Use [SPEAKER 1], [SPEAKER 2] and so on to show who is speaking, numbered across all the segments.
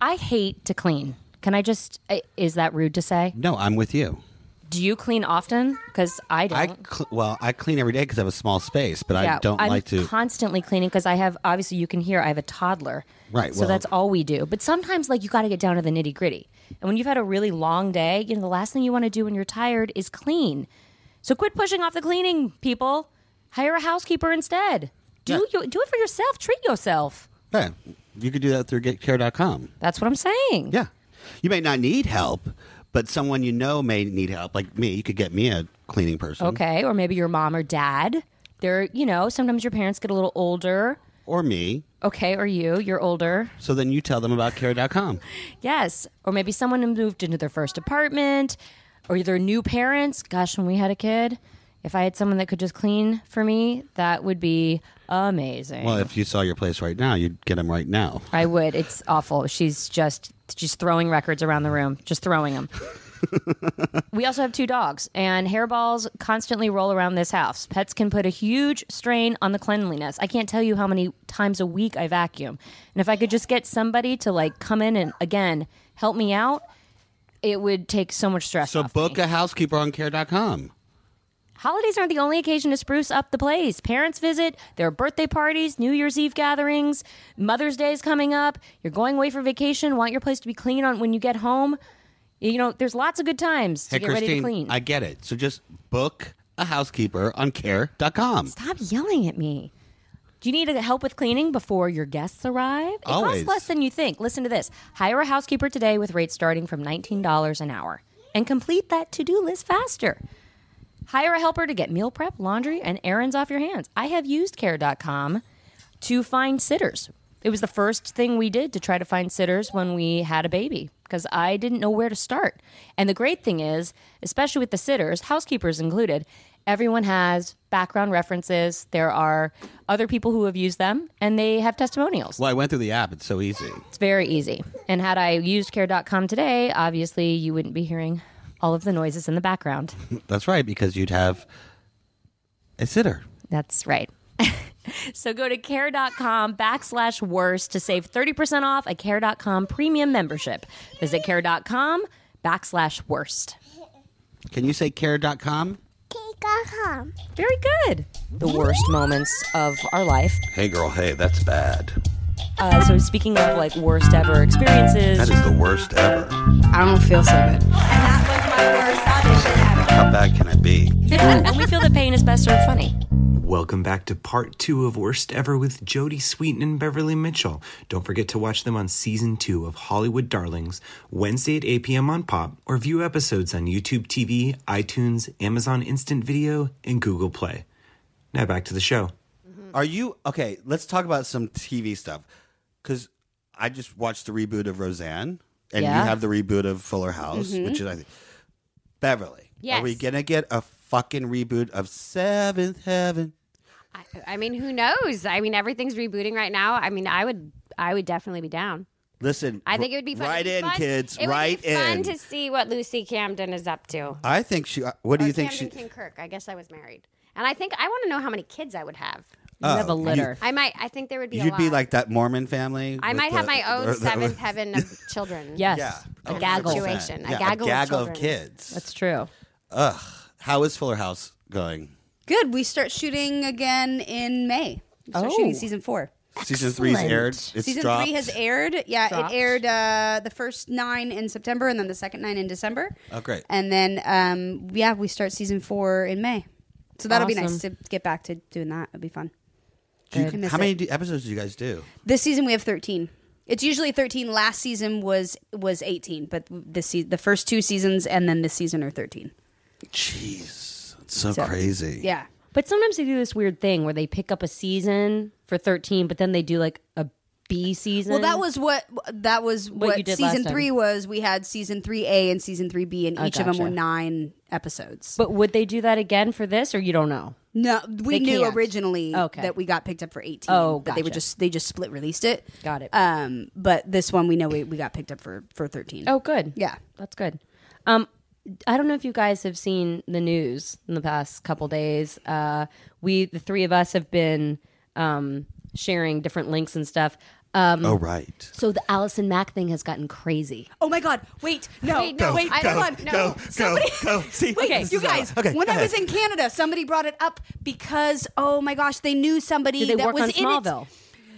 [SPEAKER 1] I hate to clean. Can I just? I- Is that rude to say?
[SPEAKER 2] No, I'm with you.
[SPEAKER 1] Do you clean often? Because I don't.
[SPEAKER 2] I cl- well, I clean every day because I have a small space, but I don't
[SPEAKER 1] am
[SPEAKER 2] like to.
[SPEAKER 1] constantly cleaning because I have obviously you can hear I have a toddler.
[SPEAKER 2] Right,
[SPEAKER 1] So
[SPEAKER 2] well-
[SPEAKER 1] that's all we do. But sometimes like you got to get down to the nitty gritty. And when you've had a really long day, you know the last thing you want to do when you're tired is clean. So quit pushing off the cleaning, people. Hire a housekeeper instead. Do you do it for yourself. Treat yourself.
[SPEAKER 2] yeah, you could do that through getcare.com.
[SPEAKER 1] That's what I'm saying.
[SPEAKER 2] Yeah, you may not need help, but someone you know may need help. Like me, you could get me a cleaning person.
[SPEAKER 1] Okay. Or maybe your mom or dad. They're you know sometimes your parents get a little older.
[SPEAKER 2] or me.
[SPEAKER 1] Okay, or you, you're older.
[SPEAKER 2] So then you tell them about care.com.
[SPEAKER 1] Yes. Or maybe someone who moved into their first apartment or their new parents. Gosh, when we had a kid, if I had someone that could just clean for me, that would be amazing.
[SPEAKER 2] Well, if you saw your place right now, you'd get them right now.
[SPEAKER 1] I would. It's awful. She's just she's throwing records around the room, just throwing them. we also have two dogs, and hairballs constantly roll around this house. Pets can put a huge strain on the cleanliness. I can't tell you how many times a week I vacuum, and if I could just get somebody to like come in and again help me out, it would take so much stress.
[SPEAKER 2] So
[SPEAKER 1] off
[SPEAKER 2] book
[SPEAKER 1] me.
[SPEAKER 2] a housekeeper on care.com.
[SPEAKER 1] Holidays aren't the only occasion to spruce up the place. Parents visit, there are birthday parties, New Year's Eve gatherings, Mother's Day is coming up. You're going away for vacation, want your place to be clean on when you get home. You know, there's lots of good times to
[SPEAKER 2] Hey,
[SPEAKER 1] get ready to
[SPEAKER 2] Christine,
[SPEAKER 1] clean.
[SPEAKER 2] I get it. So just book a housekeeper on care.com.
[SPEAKER 1] Stop yelling at me. Do you need help with cleaning before your guests arrive? It
[SPEAKER 2] Always.
[SPEAKER 1] costs less than you think. Listen to this. Hire a housekeeper today with rates starting from $19 an hour and complete that to-do list faster. Hire a helper to get meal prep, laundry, and errands off your hands. I have used care.com to find sitters. It was the first thing we did to try to find sitters when we had a baby because I didn't know where to start. And the great thing is, especially with the sitters, housekeepers included, everyone has background references. There are other people who have used them and they have testimonials.
[SPEAKER 2] Well, I went through the app. It's so easy.
[SPEAKER 1] It's very easy. And had I used care.com today, obviously you wouldn't be hearing all of the noises in the background.
[SPEAKER 2] That's right, because you'd have a sitter.
[SPEAKER 1] That's right. so go to care.com backslash worse to save 30% off a care.com premium membership. Visit care.com backslash worst.
[SPEAKER 2] Can you say care.com?
[SPEAKER 3] Cake.com.
[SPEAKER 1] Very good. The worst moments of our life.
[SPEAKER 4] Hey, girl, hey, that's bad.
[SPEAKER 1] Uh, so speaking of like worst ever
[SPEAKER 4] That
[SPEAKER 1] experiences,
[SPEAKER 4] is the worst ever.
[SPEAKER 5] I don't feel so good.
[SPEAKER 6] And that was my worst audition ever.
[SPEAKER 4] How bad can it be?
[SPEAKER 1] and we feel that pain is best served funny.
[SPEAKER 7] Welcome back to part two of Worst Ever with Jody Sweeten and Beverly Mitchell. Don't forget to watch them on season two of Hollywood Darlings, Wednesday at 8 p.m. on Pop, or view episodes on YouTube TV, iTunes, Amazon Instant Video, and Google Play. Now back to the show.
[SPEAKER 2] Are you okay? Let's talk about some TV stuff because I just watched the reboot of Roseanne, and
[SPEAKER 1] Yeah.
[SPEAKER 2] you have the reboot of Fuller House, which is I think Beverly.
[SPEAKER 5] Mm-hmm. Yes.
[SPEAKER 2] Are we gonna get a fucking reboot of Seventh Heaven?
[SPEAKER 5] I, I mean, who knows? I mean, everything's rebooting right now. I mean, I would, I would definitely be down.
[SPEAKER 2] Listen,
[SPEAKER 5] I think it would be fun.
[SPEAKER 2] Right
[SPEAKER 5] It'd be
[SPEAKER 2] in,
[SPEAKER 5] fun-
[SPEAKER 2] kids.
[SPEAKER 5] It would
[SPEAKER 2] right
[SPEAKER 5] be fun
[SPEAKER 2] in.
[SPEAKER 5] to see what Lucy Camden is up to.
[SPEAKER 2] I think she. uh, What do you think
[SPEAKER 5] Camden
[SPEAKER 2] she?
[SPEAKER 5] King Kirk. I guess I was married, and I think I want to know how many kids I would have.
[SPEAKER 2] Oh,
[SPEAKER 1] You have a litter.
[SPEAKER 5] I might. I think there would be. a
[SPEAKER 2] You'd be
[SPEAKER 5] lot.
[SPEAKER 2] like that Mormon family.
[SPEAKER 5] I
[SPEAKER 2] with
[SPEAKER 5] might
[SPEAKER 2] the-
[SPEAKER 5] have my own
[SPEAKER 2] or the-
[SPEAKER 5] seventh heaven of children.
[SPEAKER 1] yes.
[SPEAKER 2] Yeah,
[SPEAKER 1] A
[SPEAKER 2] Oh,
[SPEAKER 1] gaggle.
[SPEAKER 2] 100%.
[SPEAKER 5] Situation. A
[SPEAKER 2] Yeah,
[SPEAKER 5] gaggle of
[SPEAKER 2] of,
[SPEAKER 5] children.
[SPEAKER 2] kids.
[SPEAKER 1] That's true.
[SPEAKER 2] Ugh. How is Fuller House going?
[SPEAKER 6] Good. We start shooting again in May. We start
[SPEAKER 1] Oh.
[SPEAKER 6] shooting season four.
[SPEAKER 2] Season three's aired. It's
[SPEAKER 6] season
[SPEAKER 2] dropped. Oh,
[SPEAKER 6] three has aired. Yeah,
[SPEAKER 1] Dropped.
[SPEAKER 6] it aired uh, the first nine in September, and then the second nine in December.
[SPEAKER 2] Oh, great.
[SPEAKER 6] And then, um, yeah, we start season four in May. So that'll be nice to get back to doing that. It'll be fun.
[SPEAKER 2] Do you-
[SPEAKER 6] I miss
[SPEAKER 2] how many do- episodes do you guys do?
[SPEAKER 6] This season we have thirteen. It's usually thirteen. Last season was was eighteen, but this se- the first two seasons and then this season are thirteen.
[SPEAKER 2] Jeez, it's so, crazy.
[SPEAKER 6] Yeah,
[SPEAKER 1] But sometimes they do this weird thing where they pick up a season for 13, but then they do like a B season.
[SPEAKER 6] Well, that was what that was what,
[SPEAKER 1] you did last
[SPEAKER 6] season
[SPEAKER 1] time. Oh,
[SPEAKER 6] three was. We had season three A and season three B, and each of them
[SPEAKER 1] gotcha.
[SPEAKER 6] were nine episodes.
[SPEAKER 1] But would they do that again for this, or you don't know?
[SPEAKER 6] no, we
[SPEAKER 1] They
[SPEAKER 6] knew
[SPEAKER 1] can't.
[SPEAKER 6] originally
[SPEAKER 1] Okay.
[SPEAKER 6] that we got picked up for eighteen.
[SPEAKER 1] Oh,
[SPEAKER 6] but they were
[SPEAKER 1] gotcha.
[SPEAKER 6] just they just split released it.
[SPEAKER 1] Got it.
[SPEAKER 6] Um, but this one we know we, we got picked up for for thirteen.
[SPEAKER 1] Oh, good.
[SPEAKER 6] yeah.
[SPEAKER 1] that's good. Um, I don't know if you guys have seen the news in the past couple days. Uh, we, the three of us, have been um, sharing different links and stuff
[SPEAKER 2] oh right.
[SPEAKER 1] So the Allison Mack thing has gotten crazy.
[SPEAKER 6] Oh my God! Wait, no,
[SPEAKER 5] Wait, no,
[SPEAKER 6] wait,
[SPEAKER 5] I
[SPEAKER 6] hold
[SPEAKER 5] don't
[SPEAKER 6] on.
[SPEAKER 5] know.
[SPEAKER 2] Go,
[SPEAKER 6] Somebody-
[SPEAKER 2] go, go. See,
[SPEAKER 6] Wait,
[SPEAKER 2] this
[SPEAKER 6] you
[SPEAKER 2] is all-
[SPEAKER 6] guys.
[SPEAKER 2] Okay,
[SPEAKER 6] when
[SPEAKER 2] go
[SPEAKER 6] I was
[SPEAKER 2] ahead.
[SPEAKER 6] in Canada, somebody brought it up because oh my gosh, they knew somebody
[SPEAKER 1] Did they
[SPEAKER 6] that
[SPEAKER 1] work
[SPEAKER 6] was
[SPEAKER 1] on
[SPEAKER 6] in
[SPEAKER 1] Smallville?
[SPEAKER 6] it.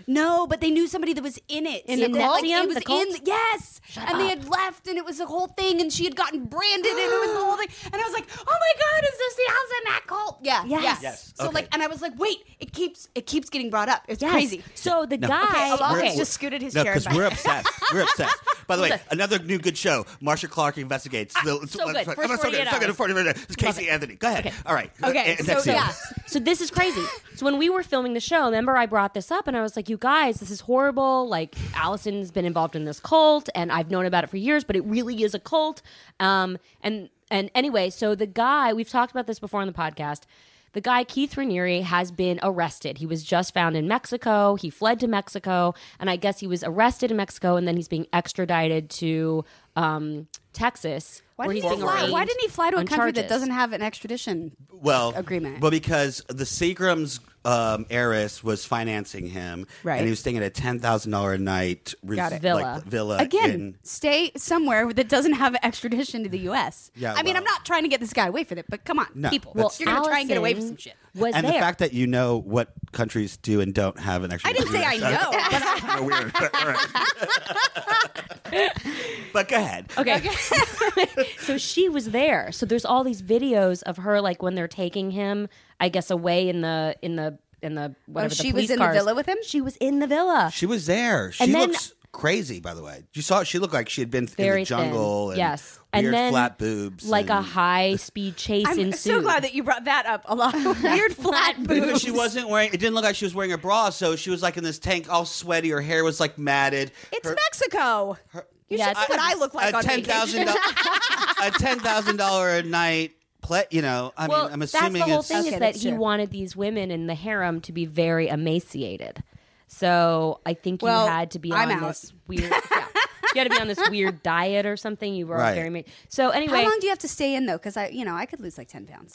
[SPEAKER 6] No, but they knew somebody that was in it.
[SPEAKER 1] In the
[SPEAKER 6] that, like,
[SPEAKER 1] Coliseum?
[SPEAKER 6] It was
[SPEAKER 1] The cult?
[SPEAKER 6] in yes, and they had left, and it was the whole thing, and she had gotten branded, and it was the whole thing. And I was like, oh my god, is this the Alza Mac cult? Yeah,
[SPEAKER 1] Yes.
[SPEAKER 6] yeah.
[SPEAKER 1] Yes,
[SPEAKER 6] So
[SPEAKER 2] okay.
[SPEAKER 6] like, and I was like, wait, it keeps it keeps getting brought up. It's
[SPEAKER 1] Yes.
[SPEAKER 6] crazy.
[SPEAKER 1] So the
[SPEAKER 6] Okay,
[SPEAKER 1] guy.
[SPEAKER 6] Alonso
[SPEAKER 2] We're-
[SPEAKER 6] just scooted his
[SPEAKER 2] no,
[SPEAKER 6] chair
[SPEAKER 2] because
[SPEAKER 6] back.
[SPEAKER 2] we're obsessed. We're obsessed. By the way, another new good show, Marsha Clark investigates.
[SPEAKER 6] Ah,
[SPEAKER 2] the,
[SPEAKER 1] so good. First
[SPEAKER 2] Oh, so
[SPEAKER 1] 48
[SPEAKER 2] good. So good.
[SPEAKER 1] hours.
[SPEAKER 2] 48 minutes. It's Casey Anthony. Go ahead. All right.
[SPEAKER 6] Okay,
[SPEAKER 2] And
[SPEAKER 6] so,
[SPEAKER 2] next scene.
[SPEAKER 6] yeah.
[SPEAKER 1] So this is crazy. So when we were filming the show, remember I brought this up and I was like, "You guys, this is horrible. Like Allison's been involved in this cult, and I've known about it for years, but it really is a cult." Um, and and anyway, so the guy we've talked about this before on the podcast. The guy Keith Raniere has been arrested. He was just found in Mexico. He fled to Mexico, and I guess he was arrested in Mexico, and then he's being extradited to um, Texas.
[SPEAKER 6] Why
[SPEAKER 1] where
[SPEAKER 6] didn't,
[SPEAKER 1] he's
[SPEAKER 6] he
[SPEAKER 1] being
[SPEAKER 6] fly, why
[SPEAKER 1] arraigned
[SPEAKER 6] didn't he fly to a
[SPEAKER 1] on
[SPEAKER 6] country that
[SPEAKER 1] charges.
[SPEAKER 6] doesn't have an extradition?
[SPEAKER 2] well
[SPEAKER 6] agreement.
[SPEAKER 2] But because the Seagram's um, heiress was financing him,
[SPEAKER 6] Right.
[SPEAKER 2] and he was staying at a ten thousand dollar a night res-
[SPEAKER 1] Got it.
[SPEAKER 2] like,
[SPEAKER 1] Villa.
[SPEAKER 2] villa
[SPEAKER 6] Again,
[SPEAKER 2] in-
[SPEAKER 6] stay somewhere that doesn't have extradition to the U.S.
[SPEAKER 2] Yeah,
[SPEAKER 6] I mean,
[SPEAKER 2] well-
[SPEAKER 6] I'm not trying to get this guy away for it, but come on,
[SPEAKER 2] No,
[SPEAKER 6] people,
[SPEAKER 2] Well,
[SPEAKER 6] you're gonna try and get away from
[SPEAKER 1] Allison
[SPEAKER 6] some shit.
[SPEAKER 1] Was
[SPEAKER 2] and
[SPEAKER 1] there.
[SPEAKER 2] the fact that you know what countries do and don't have an
[SPEAKER 6] I
[SPEAKER 2] extradition.
[SPEAKER 6] didn't say I know. but I-
[SPEAKER 2] Kinda weird, but, all right. But go ahead.
[SPEAKER 1] Okay. so she was there. So there's all these videos of her, like when they're taking him, I guess, away in the in the in the whatever.
[SPEAKER 6] she
[SPEAKER 1] the
[SPEAKER 6] was
[SPEAKER 1] police
[SPEAKER 6] in the
[SPEAKER 1] cars.
[SPEAKER 6] villa with him?
[SPEAKER 1] She was in the villa.
[SPEAKER 2] She was there. She
[SPEAKER 1] And then-
[SPEAKER 2] looks crazy, by the way. You saw she looked like she had been in
[SPEAKER 1] Very
[SPEAKER 2] the jungle.
[SPEAKER 1] thin.
[SPEAKER 2] And
[SPEAKER 1] yes,
[SPEAKER 2] weird
[SPEAKER 1] and then
[SPEAKER 2] flat boobs,
[SPEAKER 1] like a
[SPEAKER 2] and-
[SPEAKER 1] high speed chase
[SPEAKER 6] I'm
[SPEAKER 1] ensued.
[SPEAKER 6] so glad that you brought that up. A lot of weird flat
[SPEAKER 2] Because
[SPEAKER 6] boobs.
[SPEAKER 2] she wasn't wearing, it didn't look like she was wearing a bra, so she was like in this tank, all sweaty. Her hair was like matted.
[SPEAKER 6] It's
[SPEAKER 2] her,
[SPEAKER 6] Mexico. you
[SPEAKER 1] Yeah,
[SPEAKER 6] should see
[SPEAKER 1] it's-
[SPEAKER 6] what I look like
[SPEAKER 2] a
[SPEAKER 6] on
[SPEAKER 2] ten
[SPEAKER 6] vacation.
[SPEAKER 2] thousand a ten thousand dollar a night. Ple- you know, I
[SPEAKER 1] well,
[SPEAKER 2] mean, I'm assuming
[SPEAKER 1] that's the whole
[SPEAKER 2] it's
[SPEAKER 1] thing
[SPEAKER 6] Okay,
[SPEAKER 1] is that
[SPEAKER 6] that's
[SPEAKER 1] he
[SPEAKER 6] true.
[SPEAKER 1] wanted these women in the harem to be very emaciated. So I think
[SPEAKER 6] Well,
[SPEAKER 1] you had to be
[SPEAKER 6] I'm
[SPEAKER 1] on
[SPEAKER 6] out.
[SPEAKER 1] this weird. yeah. You had to be on this weird diet or something. You were
[SPEAKER 2] Right.
[SPEAKER 1] very. ma- So anyway,
[SPEAKER 6] How long do you have to stay in though? Because I, you know, I could lose like ten pounds.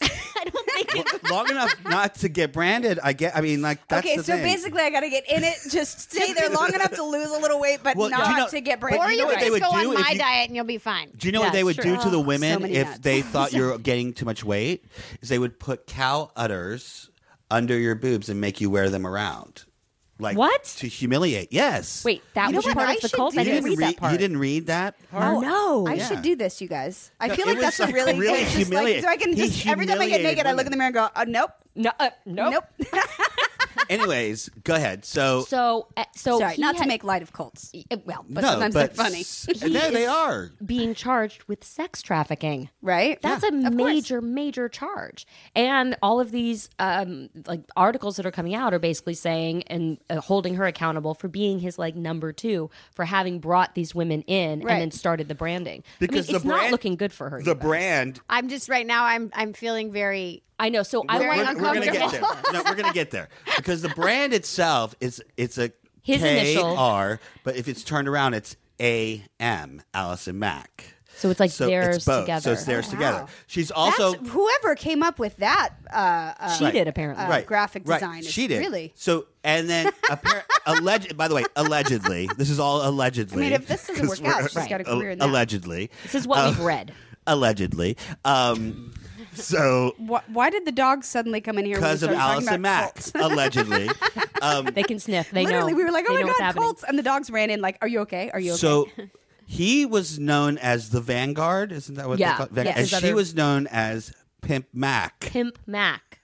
[SPEAKER 2] long enough not to get branded. I get. I mean, like that's
[SPEAKER 6] okay,
[SPEAKER 2] the
[SPEAKER 6] so
[SPEAKER 2] thing.
[SPEAKER 6] basically, I got to get in it, just stay there long enough to lose a little weight, but
[SPEAKER 2] Well, do
[SPEAKER 6] not
[SPEAKER 2] you know-
[SPEAKER 6] to get
[SPEAKER 2] but
[SPEAKER 6] branded.
[SPEAKER 5] Or
[SPEAKER 2] you
[SPEAKER 5] you,
[SPEAKER 2] know what
[SPEAKER 5] could
[SPEAKER 2] they would
[SPEAKER 5] just go
[SPEAKER 2] do
[SPEAKER 5] on
[SPEAKER 2] if
[SPEAKER 5] my
[SPEAKER 2] you-
[SPEAKER 5] diet and you'll be fine.
[SPEAKER 2] Do you know what they
[SPEAKER 1] That's
[SPEAKER 2] would
[SPEAKER 1] true.
[SPEAKER 2] do to the
[SPEAKER 1] Oh,
[SPEAKER 2] women
[SPEAKER 6] so many
[SPEAKER 2] if
[SPEAKER 6] nuts.
[SPEAKER 2] they thought you were gaining too much weight? Is they would put cow udders under your boobs and make you wear them around. Like
[SPEAKER 1] What?
[SPEAKER 2] to humiliate? Yes.
[SPEAKER 1] Wait, that
[SPEAKER 6] know
[SPEAKER 1] was
[SPEAKER 6] what?
[SPEAKER 1] part
[SPEAKER 6] I
[SPEAKER 1] of the
[SPEAKER 6] should
[SPEAKER 1] cult.
[SPEAKER 6] do
[SPEAKER 1] I
[SPEAKER 2] you
[SPEAKER 1] didn't
[SPEAKER 2] didn't
[SPEAKER 1] read that part.
[SPEAKER 2] You didn't read that.
[SPEAKER 1] Oh no!
[SPEAKER 6] I
[SPEAKER 2] Yeah.
[SPEAKER 6] should do this, you guys. I feel
[SPEAKER 2] it
[SPEAKER 6] like
[SPEAKER 2] was,
[SPEAKER 6] that's a
[SPEAKER 2] like,
[SPEAKER 6] really good.
[SPEAKER 2] really
[SPEAKER 6] it's just like-
[SPEAKER 2] humiliating.
[SPEAKER 6] so I can
[SPEAKER 2] He
[SPEAKER 6] just every time I get
[SPEAKER 2] humiliated
[SPEAKER 6] naked, I look in the mirror and go, uh, nope,
[SPEAKER 1] no, uh, nope.
[SPEAKER 6] nope.
[SPEAKER 2] Anyways, go ahead. So,
[SPEAKER 1] So, uh, so
[SPEAKER 6] Sorry,
[SPEAKER 1] he
[SPEAKER 6] not to
[SPEAKER 1] had-
[SPEAKER 6] make light of cults. Uh, Well, but
[SPEAKER 2] no,
[SPEAKER 6] sometimes
[SPEAKER 2] but
[SPEAKER 6] they're funny,
[SPEAKER 2] s-
[SPEAKER 1] He
[SPEAKER 2] no, they
[SPEAKER 1] is
[SPEAKER 2] are.
[SPEAKER 1] being charged with sex trafficking.
[SPEAKER 6] right?
[SPEAKER 1] That's a
[SPEAKER 6] course.
[SPEAKER 1] major, major charge. And all of these um, like articles that are coming out are basically saying and uh, holding her accountable for being his like number two for having brought these women in
[SPEAKER 6] Right.
[SPEAKER 1] and then started the branding.
[SPEAKER 2] Because
[SPEAKER 1] I
[SPEAKER 2] the
[SPEAKER 1] mean, it's
[SPEAKER 2] brand-
[SPEAKER 1] not looking good for her.
[SPEAKER 2] The
[SPEAKER 1] you guys.
[SPEAKER 2] brand.
[SPEAKER 5] I'm just right now. I'm I'm feeling very.
[SPEAKER 1] I know. So I
[SPEAKER 5] We're-
[SPEAKER 1] want
[SPEAKER 5] Very
[SPEAKER 2] We're, we're gonna get there.
[SPEAKER 5] uncomfortable.
[SPEAKER 2] No, we're gonna get there because the brand itself is it's a
[SPEAKER 1] His
[SPEAKER 2] K
[SPEAKER 1] initial.
[SPEAKER 2] R, but if it's turned around, it's A M. Allison Mack.
[SPEAKER 1] So it's like theirs
[SPEAKER 2] both. So
[SPEAKER 1] together.
[SPEAKER 2] it's theirs
[SPEAKER 1] Oh,
[SPEAKER 2] together. She's also
[SPEAKER 6] That's- uh, whoever came up with that. Uh, uh,
[SPEAKER 1] she did apparently.
[SPEAKER 2] right.
[SPEAKER 6] graphic
[SPEAKER 2] right.
[SPEAKER 6] design is-
[SPEAKER 2] She did.
[SPEAKER 6] really.
[SPEAKER 2] So and then appar- alleged. By the way, allegedly, this is all allegedly.
[SPEAKER 6] I mean, if this doesn't
[SPEAKER 2] 'cause
[SPEAKER 6] work out,
[SPEAKER 2] we're-
[SPEAKER 6] she's got a
[SPEAKER 2] al-
[SPEAKER 6] career in that.
[SPEAKER 2] Allegedly, Uh,
[SPEAKER 1] This is what we've
[SPEAKER 2] Um,
[SPEAKER 1] read.
[SPEAKER 2] allegedly. Um, so
[SPEAKER 6] Why, why did the dog suddenly come in here? when we
[SPEAKER 2] because of
[SPEAKER 6] started talking
[SPEAKER 2] Allison
[SPEAKER 6] about
[SPEAKER 2] Mack,
[SPEAKER 6] cults?
[SPEAKER 2] allegedly. Um,
[SPEAKER 1] They can sniff. They
[SPEAKER 6] Literally,
[SPEAKER 1] know.
[SPEAKER 6] we were like, "Oh
[SPEAKER 1] They
[SPEAKER 6] my
[SPEAKER 1] know what's
[SPEAKER 6] god,
[SPEAKER 1] happening.
[SPEAKER 6] cults!" And the dogs ran in, like, "Are you okay? Are you okay?"
[SPEAKER 2] so he was known as the Vanguard, isn't that what
[SPEAKER 1] Yeah,
[SPEAKER 2] they call Vanguard?
[SPEAKER 1] yes.
[SPEAKER 2] And
[SPEAKER 1] His
[SPEAKER 2] she
[SPEAKER 1] other-
[SPEAKER 2] was known as Pimp Mac
[SPEAKER 1] Pimp Mac.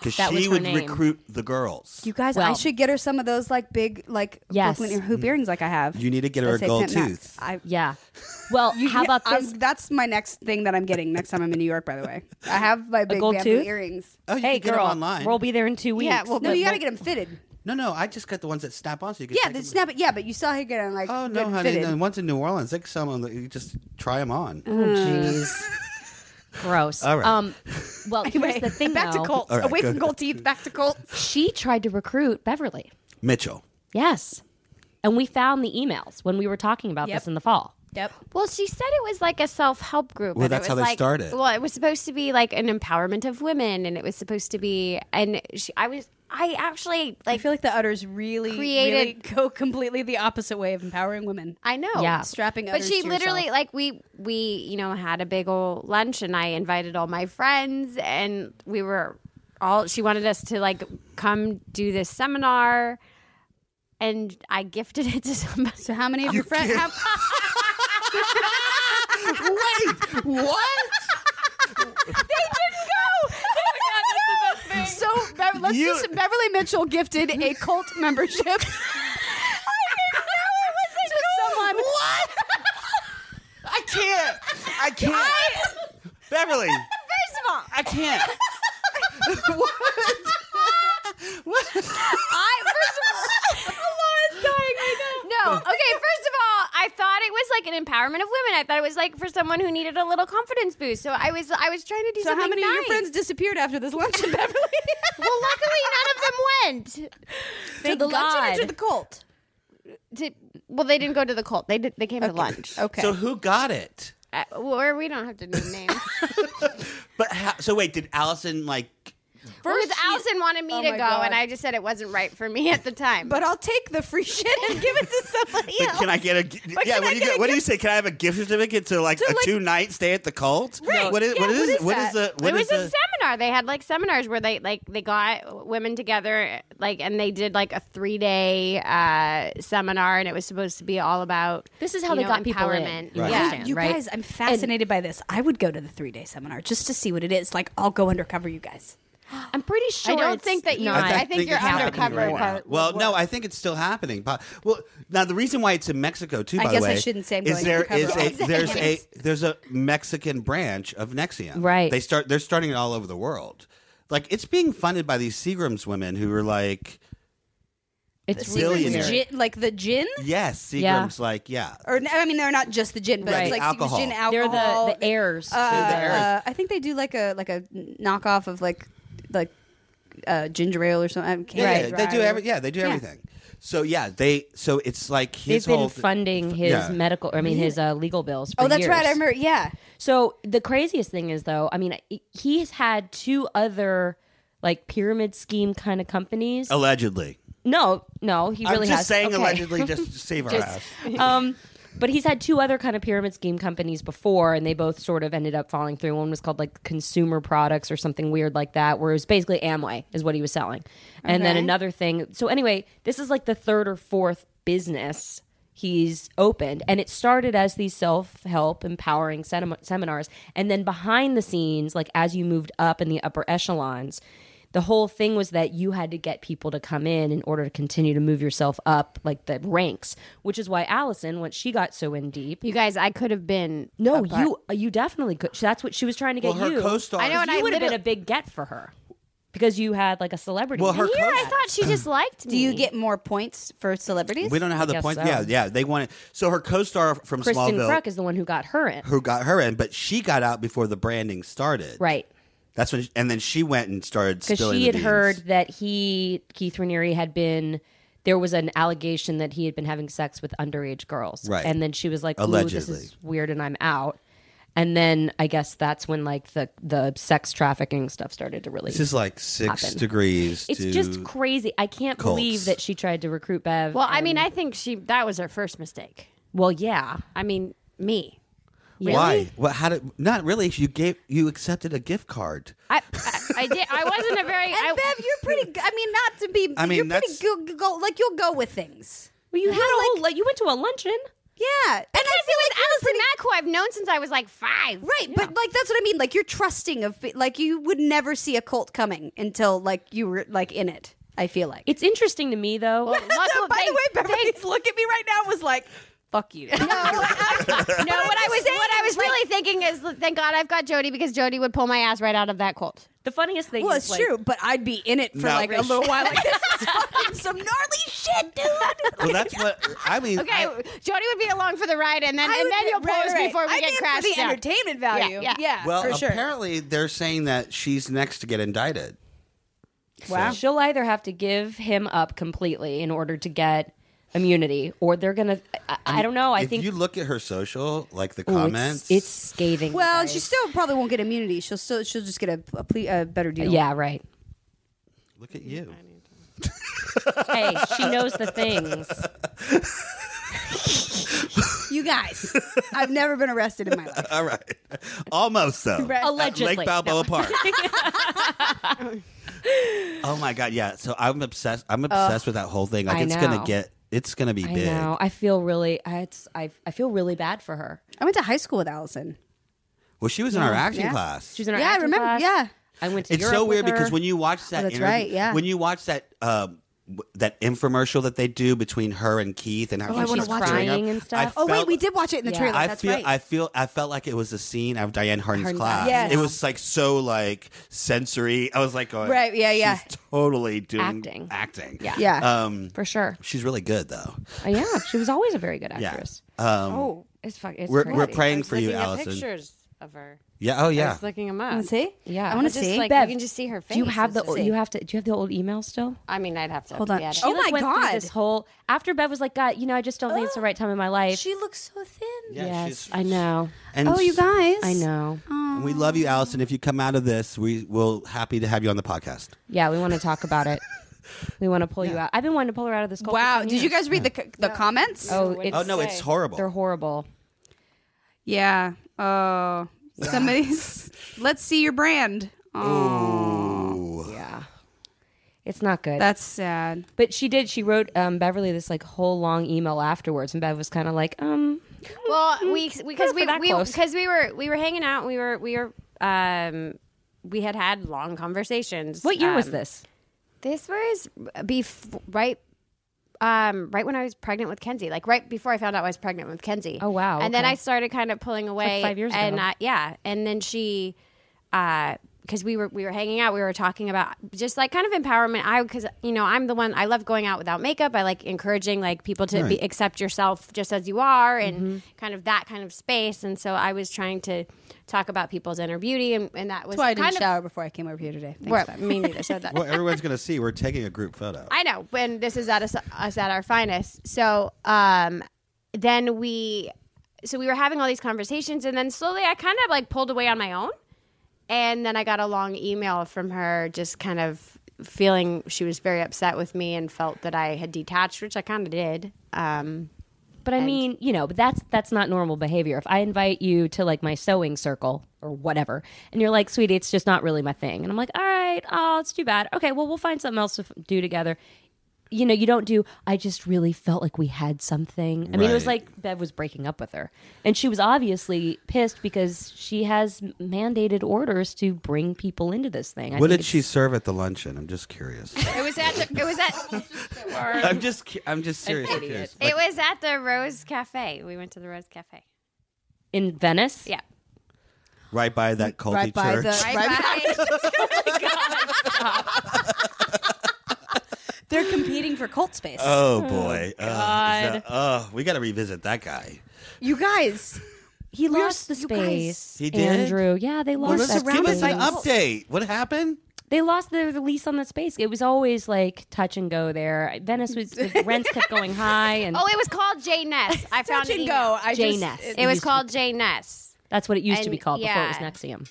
[SPEAKER 2] because
[SPEAKER 1] That was
[SPEAKER 2] she
[SPEAKER 1] her
[SPEAKER 2] would
[SPEAKER 1] name.
[SPEAKER 2] recruit the girls.
[SPEAKER 6] you guys, I
[SPEAKER 1] Well-
[SPEAKER 6] should get her some of those like big, like
[SPEAKER 1] Yes.
[SPEAKER 6] Brooklyn hoop earrings, like I have.
[SPEAKER 2] Mm. You need to get her
[SPEAKER 6] That
[SPEAKER 2] a
[SPEAKER 6] say
[SPEAKER 2] gold
[SPEAKER 6] Pimp Mac.
[SPEAKER 2] tooth.
[SPEAKER 6] I,
[SPEAKER 1] Yeah. Well, how about
[SPEAKER 6] I'm-
[SPEAKER 1] this?
[SPEAKER 6] that's my next thing that I'm getting next time I'm in New York. By the way, I have my big
[SPEAKER 1] gold
[SPEAKER 6] bamboo
[SPEAKER 1] tooth?
[SPEAKER 6] earrings.
[SPEAKER 2] Oh, you
[SPEAKER 1] hey,
[SPEAKER 2] can get
[SPEAKER 1] girl,
[SPEAKER 2] them online.
[SPEAKER 1] we'll be there in two weeks.
[SPEAKER 5] Yeah, well,
[SPEAKER 6] No, you got to get them fitted.
[SPEAKER 2] no, no, I just got the ones that snap on, so you can.
[SPEAKER 6] Yeah,
[SPEAKER 2] take
[SPEAKER 6] the
[SPEAKER 2] 'em-
[SPEAKER 6] snap it. Yeah, but you saw her get them like
[SPEAKER 2] Oh no,
[SPEAKER 6] good
[SPEAKER 2] honey!
[SPEAKER 6] fitted.
[SPEAKER 2] No, once in New Orleans, like someone that you just try them on.
[SPEAKER 1] Oh, jeez. Gross.
[SPEAKER 2] All right.
[SPEAKER 1] Um, well,
[SPEAKER 6] Anyway,
[SPEAKER 1] here's the thing,
[SPEAKER 6] back
[SPEAKER 1] though.
[SPEAKER 6] to Colts.
[SPEAKER 2] All right,
[SPEAKER 6] Away
[SPEAKER 2] go
[SPEAKER 6] from
[SPEAKER 2] ahead.
[SPEAKER 6] gold teeth, back to Colts.
[SPEAKER 1] She tried to recruit Beverly.
[SPEAKER 2] Mitchell,
[SPEAKER 1] Yes. And we found the emails when we were talking about
[SPEAKER 6] Yep.
[SPEAKER 1] this in the fall.
[SPEAKER 6] Yep.
[SPEAKER 5] Well, she said it was like a self help group.
[SPEAKER 2] Well,
[SPEAKER 5] and
[SPEAKER 2] that's
[SPEAKER 5] it was
[SPEAKER 2] how they
[SPEAKER 5] like,
[SPEAKER 2] started.
[SPEAKER 5] Well, it was supposed to be like an empowerment of women, and it was supposed to be. And she, I was I actually
[SPEAKER 6] I
[SPEAKER 5] like.
[SPEAKER 6] feel like the udders really
[SPEAKER 5] Created-
[SPEAKER 6] really go completely the opposite way of empowering women.
[SPEAKER 5] I know.
[SPEAKER 1] Yeah.
[SPEAKER 6] Strapping
[SPEAKER 5] But
[SPEAKER 6] others
[SPEAKER 5] she
[SPEAKER 6] to
[SPEAKER 5] literally
[SPEAKER 6] yourself.
[SPEAKER 5] like we we you know had a big old lunch and I invited all my friends and we were all she wanted us to like come do this seminar and I gifted it to somebody.
[SPEAKER 6] So how many of your friends? How,
[SPEAKER 2] Wait, what?
[SPEAKER 6] Oh so Bev- let's
[SPEAKER 2] You-
[SPEAKER 6] just Beverly Mitchell gifted a cult membership. I didn't know it was a cult. Someone. What?
[SPEAKER 2] I can't. I can't. Beverly,
[SPEAKER 5] First of all,
[SPEAKER 2] I can't.
[SPEAKER 5] I first of all, Laura's dying right now. No, okay. First of all, I thought it was like an empowerment of women. I thought it was like for someone who needed a little confidence boost. So I was I was trying to do
[SPEAKER 6] So
[SPEAKER 5] something.
[SPEAKER 6] how many of your
[SPEAKER 5] nice.
[SPEAKER 6] friends disappeared after this luncheon, Beverly?
[SPEAKER 5] Well, luckily, none of them went. Thank
[SPEAKER 6] to the luncheon or to
[SPEAKER 1] God.
[SPEAKER 6] the cult?
[SPEAKER 5] to, well, they didn't go to the cult. They did. They came to lunch.
[SPEAKER 6] Okay. Oh.
[SPEAKER 2] So who got it?
[SPEAKER 5] Uh, or we don't have to name names.
[SPEAKER 2] But how, so wait, did Allison like?
[SPEAKER 5] First, Allison wanted me
[SPEAKER 6] Oh
[SPEAKER 5] to
[SPEAKER 6] my
[SPEAKER 5] go,
[SPEAKER 6] God.
[SPEAKER 5] and I just said it wasn't right for me at the time.
[SPEAKER 6] but I'll take the free shit and give it to somebody
[SPEAKER 2] like,
[SPEAKER 6] else.
[SPEAKER 2] Can I get a? gi- yeah.
[SPEAKER 6] can
[SPEAKER 2] What
[SPEAKER 6] I
[SPEAKER 2] do you
[SPEAKER 6] get
[SPEAKER 2] get?
[SPEAKER 6] a
[SPEAKER 2] What do you say? Can I have a gift certificate to like a
[SPEAKER 6] like-
[SPEAKER 2] two night stay at the cult? Right. What is?
[SPEAKER 6] Yeah,
[SPEAKER 2] what
[SPEAKER 6] what
[SPEAKER 2] is?
[SPEAKER 6] is
[SPEAKER 2] what is
[SPEAKER 6] that?
[SPEAKER 2] the? What
[SPEAKER 5] it was
[SPEAKER 2] is
[SPEAKER 5] a seminar. They had like seminars where they like they got women together, like, and they did like a three day uh, seminar, and it was supposed to be all about
[SPEAKER 1] This is how
[SPEAKER 5] you
[SPEAKER 1] they
[SPEAKER 5] know,
[SPEAKER 1] got people in.
[SPEAKER 5] empowerment.
[SPEAKER 1] You
[SPEAKER 5] Yeah.
[SPEAKER 1] understand?
[SPEAKER 6] You
[SPEAKER 1] right?
[SPEAKER 6] guys, I'm fascinated by this. I would go to the three day seminar just to see what it is. Like, I'll go undercover, you guys.
[SPEAKER 1] I'm pretty sure.
[SPEAKER 5] I don't
[SPEAKER 1] it's
[SPEAKER 5] think that you.
[SPEAKER 1] not.
[SPEAKER 5] I think, you're
[SPEAKER 2] it's happening
[SPEAKER 5] undercover.
[SPEAKER 2] right now.
[SPEAKER 5] part
[SPEAKER 2] well,
[SPEAKER 5] would
[SPEAKER 2] no,
[SPEAKER 5] work.
[SPEAKER 2] I think it's still happening. Po- Well, now the reason why it's in Mexico too,
[SPEAKER 6] I
[SPEAKER 2] by
[SPEAKER 6] guess
[SPEAKER 2] the
[SPEAKER 6] I
[SPEAKER 2] way,
[SPEAKER 6] shouldn't say I'm
[SPEAKER 2] is
[SPEAKER 6] going
[SPEAKER 2] there
[SPEAKER 6] undercover
[SPEAKER 2] is
[SPEAKER 6] on
[SPEAKER 2] a
[SPEAKER 6] this.
[SPEAKER 2] there's a there's a Mexican branch of Nexium.
[SPEAKER 1] Right.
[SPEAKER 2] They start they're starting it all over the world. Like it's being funded by these Seagram's women who are like,
[SPEAKER 1] it's
[SPEAKER 2] Seagram's
[SPEAKER 1] really
[SPEAKER 2] Billionaire.
[SPEAKER 6] Gin, like the gin?
[SPEAKER 2] yes,
[SPEAKER 1] Yeah.
[SPEAKER 2] Seagram's like, yeah,
[SPEAKER 6] Or, I mean, they're not just the gin, but
[SPEAKER 2] Right.
[SPEAKER 6] it's like
[SPEAKER 2] Alcohol.
[SPEAKER 6] gin
[SPEAKER 1] they're
[SPEAKER 6] alcohol.
[SPEAKER 1] the, the heirs.
[SPEAKER 6] Uh,
[SPEAKER 2] the heirs.
[SPEAKER 6] uh, I think they do like a like a knockoff of like like uh, ginger ale or something. I can't
[SPEAKER 2] yeah, yeah,
[SPEAKER 6] remember.
[SPEAKER 2] they do every, yeah, they do everything. So yeah, they so it's like his
[SPEAKER 1] They've been
[SPEAKER 2] whole
[SPEAKER 1] funding his
[SPEAKER 2] yeah.
[SPEAKER 1] medical. I mean, his uh, legal bills. For
[SPEAKER 6] Oh, that's
[SPEAKER 1] years.
[SPEAKER 6] right. I remember. Yeah.
[SPEAKER 1] So the craziest thing is, though, I mean, he has had two other like pyramid scheme kind of companies.
[SPEAKER 2] allegedly.
[SPEAKER 1] No, no, he really
[SPEAKER 2] I'm just
[SPEAKER 1] has.
[SPEAKER 2] saying
[SPEAKER 1] Okay.
[SPEAKER 2] allegedly just to save our ass.
[SPEAKER 1] um, but he's had two other kind of pyramid scheme companies before, and they both sort of ended up falling through. One was called like Consumer Products or something weird like that, where it was basically Amway is what he was selling, and then another thing. So anyway, this is like the third or fourth business he's opened, and it started as these self help empowering senim- seminars, and then behind the scenes, like as you moved up in the upper echelons the whole thing was that you had to get people to come in in order to continue to move yourself up like the ranks which is why allison once she got so in deep
[SPEAKER 5] You guys, I could have been.
[SPEAKER 1] no you you definitely could that's what she was trying to
[SPEAKER 2] Well,
[SPEAKER 1] get
[SPEAKER 2] her
[SPEAKER 1] you
[SPEAKER 2] co-star.
[SPEAKER 5] I know, and
[SPEAKER 1] you
[SPEAKER 5] I
[SPEAKER 1] would have been
[SPEAKER 5] literally-
[SPEAKER 1] a big get for her because you had like a celebrity
[SPEAKER 2] Well, her
[SPEAKER 1] name.
[SPEAKER 2] co-
[SPEAKER 5] I thought she just liked me.
[SPEAKER 6] Do
[SPEAKER 2] Hmm.
[SPEAKER 6] you get more points for celebrities?
[SPEAKER 2] We don't know how the
[SPEAKER 1] guess
[SPEAKER 2] point.
[SPEAKER 1] so.
[SPEAKER 2] Yeah, yeah. They wanted so her co-star from
[SPEAKER 1] kristen
[SPEAKER 2] Smallville,
[SPEAKER 1] kruk is the one who got her in
[SPEAKER 2] who got her in, but she got out before the branding started.
[SPEAKER 1] right
[SPEAKER 2] That's when, and then she went and started
[SPEAKER 1] because
[SPEAKER 2] spilling.
[SPEAKER 1] she
[SPEAKER 2] the
[SPEAKER 1] had
[SPEAKER 2] beans.
[SPEAKER 1] heard that he Keith Raniere had been there was an allegation that he had been having sex with underage girls,
[SPEAKER 2] Right.
[SPEAKER 1] And then she was like, "Ooh, this
[SPEAKER 2] Allegedly.
[SPEAKER 1] is weird," and I'm out. And then I guess that's when like the the sex trafficking stuff started to really.
[SPEAKER 2] This is like six
[SPEAKER 1] Happened.
[SPEAKER 2] degrees.
[SPEAKER 1] it's
[SPEAKER 2] to-
[SPEAKER 1] just crazy. I can't
[SPEAKER 2] cults.
[SPEAKER 1] believe that she tried to recruit Bev.
[SPEAKER 5] Well, I mean, I think she that was her first mistake.
[SPEAKER 1] well, yeah,
[SPEAKER 5] I mean, me.
[SPEAKER 2] why? What? How did? Not really. You gave. You accepted a gift card.
[SPEAKER 5] I, I, I did. I wasn't a very.
[SPEAKER 6] And
[SPEAKER 5] I,
[SPEAKER 6] Bev, you're pretty. g- I mean, not to be.
[SPEAKER 2] I mean,
[SPEAKER 6] you're pretty
[SPEAKER 2] that's-
[SPEAKER 6] go, go, like you'll go with things.
[SPEAKER 1] well, you had a whole like you went to a luncheon.
[SPEAKER 6] Yeah, and I feel like you're
[SPEAKER 5] Allison Mack, who I've known since I was like five.
[SPEAKER 6] Right, but like that's what I mean. Like you're trusting of like you would never see a cult coming until like you were like in it. I feel like.
[SPEAKER 1] It's interesting to me though.
[SPEAKER 5] Luckily- they-
[SPEAKER 6] Beverly's look at me right now was like, "Fuck you."
[SPEAKER 5] they- no, what I was what I was really thinking is, thank God I've got Jody because Jody would pull my ass right out of that cult.
[SPEAKER 1] the funniest thing
[SPEAKER 6] well,
[SPEAKER 1] is
[SPEAKER 6] it's
[SPEAKER 1] like,
[SPEAKER 6] true, but I'd be in it for
[SPEAKER 2] No.
[SPEAKER 6] like a little while. Like this is fucking some gnarly shit, dude.
[SPEAKER 2] Well, that's what I mean.
[SPEAKER 5] Okay,
[SPEAKER 2] I-
[SPEAKER 5] Jody would be along for the ride, and then
[SPEAKER 6] I
[SPEAKER 5] and
[SPEAKER 6] would
[SPEAKER 5] then
[SPEAKER 6] be-
[SPEAKER 5] you'll
[SPEAKER 6] right,
[SPEAKER 5] pose
[SPEAKER 6] right, right.
[SPEAKER 5] before we
[SPEAKER 6] I'm
[SPEAKER 5] get
[SPEAKER 6] in
[SPEAKER 5] crashed.
[SPEAKER 6] for the
[SPEAKER 5] down.
[SPEAKER 6] entertainment value.
[SPEAKER 5] Yeah,
[SPEAKER 6] Yeah,
[SPEAKER 5] yeah.
[SPEAKER 2] well,
[SPEAKER 6] for sure.
[SPEAKER 2] apparently they're saying that she's next to get indicted.
[SPEAKER 6] Wow.
[SPEAKER 1] she'll either have to give him up completely in order to get immunity or they're gonna i, I don't know i
[SPEAKER 2] if
[SPEAKER 1] think
[SPEAKER 2] you look at her social, like the
[SPEAKER 1] Ooh, it's-
[SPEAKER 2] comments,
[SPEAKER 1] it's, scathing
[SPEAKER 6] Well,
[SPEAKER 1] guys.
[SPEAKER 6] she still probably won't get immunity. She'll still she'll just get a a, ple- a better deal.
[SPEAKER 1] yeah right
[SPEAKER 2] look at you.
[SPEAKER 1] hey, she knows the things.
[SPEAKER 6] You guys, I've never been arrested in my life.
[SPEAKER 2] All right. Almost so.
[SPEAKER 6] Right.
[SPEAKER 1] Allegedly.
[SPEAKER 2] Lake Balboa Park. oh my god, yeah. So I'm obsessed I'm obsessed with that whole thing. Like
[SPEAKER 1] I
[SPEAKER 2] it's
[SPEAKER 1] know.
[SPEAKER 2] gonna get it's gonna be
[SPEAKER 1] I
[SPEAKER 2] big.
[SPEAKER 1] know. I feel really. I, it's. I. I feel really bad for her.
[SPEAKER 6] I went to high school with Allison.
[SPEAKER 2] Well she was in our acting
[SPEAKER 6] Yeah.
[SPEAKER 2] class.
[SPEAKER 1] She was in her
[SPEAKER 6] Yeah, I
[SPEAKER 1] acting
[SPEAKER 6] remember-
[SPEAKER 1] class.
[SPEAKER 6] yeah.
[SPEAKER 1] I went to.
[SPEAKER 2] it's
[SPEAKER 1] Europe
[SPEAKER 2] so
[SPEAKER 1] with
[SPEAKER 2] weird because
[SPEAKER 1] her. Oh,
[SPEAKER 2] when you watch that
[SPEAKER 6] that's
[SPEAKER 2] interview-
[SPEAKER 6] right, yeah.
[SPEAKER 2] when you watch that um w- that infomercial that they do between her and Keith and how
[SPEAKER 1] Oh, I
[SPEAKER 2] she's
[SPEAKER 1] wanna
[SPEAKER 2] like
[SPEAKER 1] watch it.
[SPEAKER 2] tearing
[SPEAKER 1] Crying
[SPEAKER 2] up,
[SPEAKER 1] and stuff.
[SPEAKER 2] I
[SPEAKER 6] Oh wait,
[SPEAKER 2] felt-
[SPEAKER 6] we did watch it in the
[SPEAKER 1] Yeah.
[SPEAKER 6] trailer.
[SPEAKER 2] I
[SPEAKER 6] That's
[SPEAKER 2] feel
[SPEAKER 6] right.
[SPEAKER 2] I feel I felt like it was a scene out of Diane Harden's
[SPEAKER 1] Harden's
[SPEAKER 2] class.
[SPEAKER 6] class. Yes.
[SPEAKER 2] It was like so like sensory. I was like going,
[SPEAKER 6] Right, yeah, yeah.
[SPEAKER 2] She's totally doing
[SPEAKER 1] Acting.
[SPEAKER 2] Acting.
[SPEAKER 1] Yeah.
[SPEAKER 6] yeah.
[SPEAKER 2] Um
[SPEAKER 1] for sure.
[SPEAKER 2] she's really good though.
[SPEAKER 1] Uh, yeah, she was always a very good
[SPEAKER 2] Yeah.
[SPEAKER 1] actress.
[SPEAKER 2] Um
[SPEAKER 5] Oh,
[SPEAKER 1] It's fuck. It's
[SPEAKER 2] we're
[SPEAKER 1] crazy.
[SPEAKER 2] we're praying for you,
[SPEAKER 5] looking at
[SPEAKER 2] Allison.
[SPEAKER 5] pictures of her.
[SPEAKER 2] Yeah, oh
[SPEAKER 5] I
[SPEAKER 2] yeah.
[SPEAKER 5] was looking them up.
[SPEAKER 6] Wanna see.
[SPEAKER 1] Yeah.
[SPEAKER 6] I want to
[SPEAKER 5] Just
[SPEAKER 6] see.
[SPEAKER 5] like
[SPEAKER 1] Bev,
[SPEAKER 5] you can just see her face.
[SPEAKER 1] Do you have the?
[SPEAKER 5] It's just-
[SPEAKER 1] You have to. Do you have the old email still?
[SPEAKER 5] I mean, I'd have to.
[SPEAKER 6] Hold on.
[SPEAKER 5] Yeah, I'd-
[SPEAKER 6] Oh
[SPEAKER 1] She, like,
[SPEAKER 6] my
[SPEAKER 1] went through
[SPEAKER 6] God.
[SPEAKER 1] This whole after Bev was like, "God, you know, I just don't think it's the right time in my life."
[SPEAKER 6] she looks so thin.
[SPEAKER 2] Yeah,
[SPEAKER 1] yes,
[SPEAKER 2] she's-
[SPEAKER 1] I know.
[SPEAKER 2] And
[SPEAKER 6] Oh, you guys.
[SPEAKER 1] I know.
[SPEAKER 2] We love you, Allison. If you come out of this, we will happy to have you on the podcast.
[SPEAKER 1] Yeah, we want to talk about it. We want to pull you out. I've been wanting to pull her out of this. cult for
[SPEAKER 6] Wow.
[SPEAKER 1] 10
[SPEAKER 6] Did you
[SPEAKER 1] years.
[SPEAKER 6] guys read the c- the comments?
[SPEAKER 1] Oh, it's,
[SPEAKER 2] Oh no, it's horrible.
[SPEAKER 1] They're horrible.
[SPEAKER 6] Yeah. Oh, somebody's. Let's see your brand. Oh,
[SPEAKER 1] Yeah, it's not good.
[SPEAKER 6] that's sad.
[SPEAKER 1] But she did. She wrote um, Beverly this like whole long email afterwards, and Bev was kind of like, um,
[SPEAKER 5] Well, we because
[SPEAKER 1] for
[SPEAKER 5] we
[SPEAKER 1] that
[SPEAKER 5] we
[SPEAKER 1] close.
[SPEAKER 5] because we were we were hanging out. We were we were um we had had long conversations.
[SPEAKER 1] "What year was
[SPEAKER 5] Um,
[SPEAKER 1] this?"
[SPEAKER 5] This was bef- right um right when I was pregnant with Kenzie, like right before I found out I was pregnant with Kenzie.
[SPEAKER 1] Oh, wow,
[SPEAKER 5] And then
[SPEAKER 1] okay.
[SPEAKER 5] I started kind of pulling away
[SPEAKER 1] like five years
[SPEAKER 5] and
[SPEAKER 1] ago.
[SPEAKER 5] uh, yeah, and then she because we were we were hanging out, we were talking about just like kind of empowerment. I because you know I'm the one I love going out without makeup. I like encouraging like people to be, accept yourself just as you are and
[SPEAKER 1] Mm-hmm.
[SPEAKER 5] kind of that kind of space. And so I was trying to talk about people's inner beauty, and, and that was
[SPEAKER 6] That's why I
[SPEAKER 5] kind
[SPEAKER 6] didn't
[SPEAKER 5] of
[SPEAKER 6] shower before I came over here today. Thanks,
[SPEAKER 5] where,
[SPEAKER 6] Bev.
[SPEAKER 5] me neither. So that
[SPEAKER 2] Well, everyone's gonna see. We're taking a group photo.
[SPEAKER 5] I know when this is at us, us at our finest. So um, then we, so we were having all these conversations, and then slowly I kind of like pulled away on my own, and then I got a long email from her, just kind of feeling she was very upset with me and felt that I had detached, which I kind of did. Um,
[SPEAKER 1] But I mean, you know, but that's that's not normal behavior. If I invite you to like my sewing circle or whatever, and you're like, "Sweetie, it's just not really my thing," and I'm like, "All right, oh, it's too bad. Okay, well, we'll find something else to f- do together." You know, you don't do. I just really felt like we had something. I mean, it was
[SPEAKER 2] Right.
[SPEAKER 1] like Bev was breaking up with her, and she was obviously pissed because she has mandated orders to bring people into this thing. I
[SPEAKER 2] what
[SPEAKER 1] think
[SPEAKER 2] did
[SPEAKER 1] it's-
[SPEAKER 2] she serve at the luncheon? I'm just curious.
[SPEAKER 5] it was at the, it was at
[SPEAKER 2] I'm just cu- I'm just serious. I'm curious.
[SPEAKER 5] it was at the Rose Cafe. We went to the Rose Cafe.
[SPEAKER 1] in Venice?
[SPEAKER 5] Yeah.
[SPEAKER 2] Right by that culty
[SPEAKER 6] Right by
[SPEAKER 2] church.
[SPEAKER 6] the-
[SPEAKER 5] Right
[SPEAKER 6] Right Oh
[SPEAKER 5] by-
[SPEAKER 6] They're competing for cult space.
[SPEAKER 2] Oh boy! Oh, God. oh, we got to revisit that guy.
[SPEAKER 6] you guys,
[SPEAKER 1] he lost the
[SPEAKER 6] you guys-
[SPEAKER 1] space.
[SPEAKER 2] He did?
[SPEAKER 1] Andrew. Yeah, they lost.
[SPEAKER 2] Melissa,
[SPEAKER 1] that
[SPEAKER 2] give us
[SPEAKER 1] space.
[SPEAKER 2] an update. What happened?
[SPEAKER 1] they lost their lease on the space. It was always like touch and go there. Venice was the rents kept going high, and
[SPEAKER 5] oh, it was called J Ness. I found
[SPEAKER 6] touch
[SPEAKER 5] an
[SPEAKER 6] and
[SPEAKER 5] email.
[SPEAKER 6] go. I
[SPEAKER 1] Jane
[SPEAKER 6] just,
[SPEAKER 1] S.
[SPEAKER 6] it-
[SPEAKER 5] It was
[SPEAKER 1] used to
[SPEAKER 5] called J Ness.
[SPEAKER 1] that's what it used to be
[SPEAKER 5] And-
[SPEAKER 1] called before it was
[SPEAKER 5] yeah.
[SPEAKER 1] Nexium.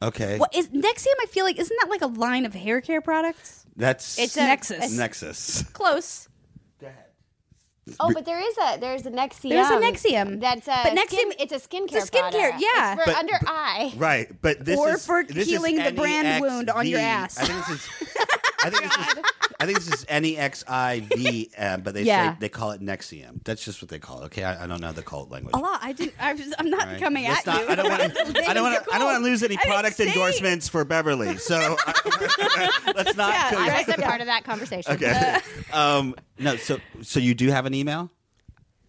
[SPEAKER 2] Okay,
[SPEAKER 6] what is Nexium? I feel like isn't that like a line of hair care products?
[SPEAKER 2] that's
[SPEAKER 5] It's a-
[SPEAKER 6] Nexus.
[SPEAKER 2] Nexus.
[SPEAKER 6] Close.
[SPEAKER 5] Oh, but there is a there's a Nexium.
[SPEAKER 6] There's a Nexium.
[SPEAKER 5] That's a
[SPEAKER 6] But
[SPEAKER 5] skin-
[SPEAKER 6] Nexium-
[SPEAKER 5] It's a skincare.
[SPEAKER 6] it's a skincare,
[SPEAKER 5] product.
[SPEAKER 6] yeah.
[SPEAKER 5] It's for
[SPEAKER 2] But-
[SPEAKER 5] under eye.
[SPEAKER 2] Right, but this
[SPEAKER 6] Or
[SPEAKER 2] is
[SPEAKER 6] for
[SPEAKER 2] this is
[SPEAKER 6] healing the brand wound on your
[SPEAKER 2] NEXV.
[SPEAKER 6] ass.
[SPEAKER 2] I think this is. I think this is. I think this is E NEXIVM, but they
[SPEAKER 1] Yeah.
[SPEAKER 2] say they call it Nexium. That's just what they call it. Okay, I, I don't know the cult language.
[SPEAKER 6] A lot. I didn't. I was, I'm not
[SPEAKER 2] Right.
[SPEAKER 6] coming
[SPEAKER 2] Let's
[SPEAKER 6] at
[SPEAKER 2] not-
[SPEAKER 6] you.
[SPEAKER 2] I don't want. I don't want. I don't want to lose any
[SPEAKER 6] I didn't
[SPEAKER 2] product
[SPEAKER 6] say.
[SPEAKER 2] endorsements for Beverly. So let's not. kill
[SPEAKER 5] I
[SPEAKER 2] yourself.
[SPEAKER 5] wasn't part of that conversation.
[SPEAKER 2] Okay. um, no. So so you do have an email?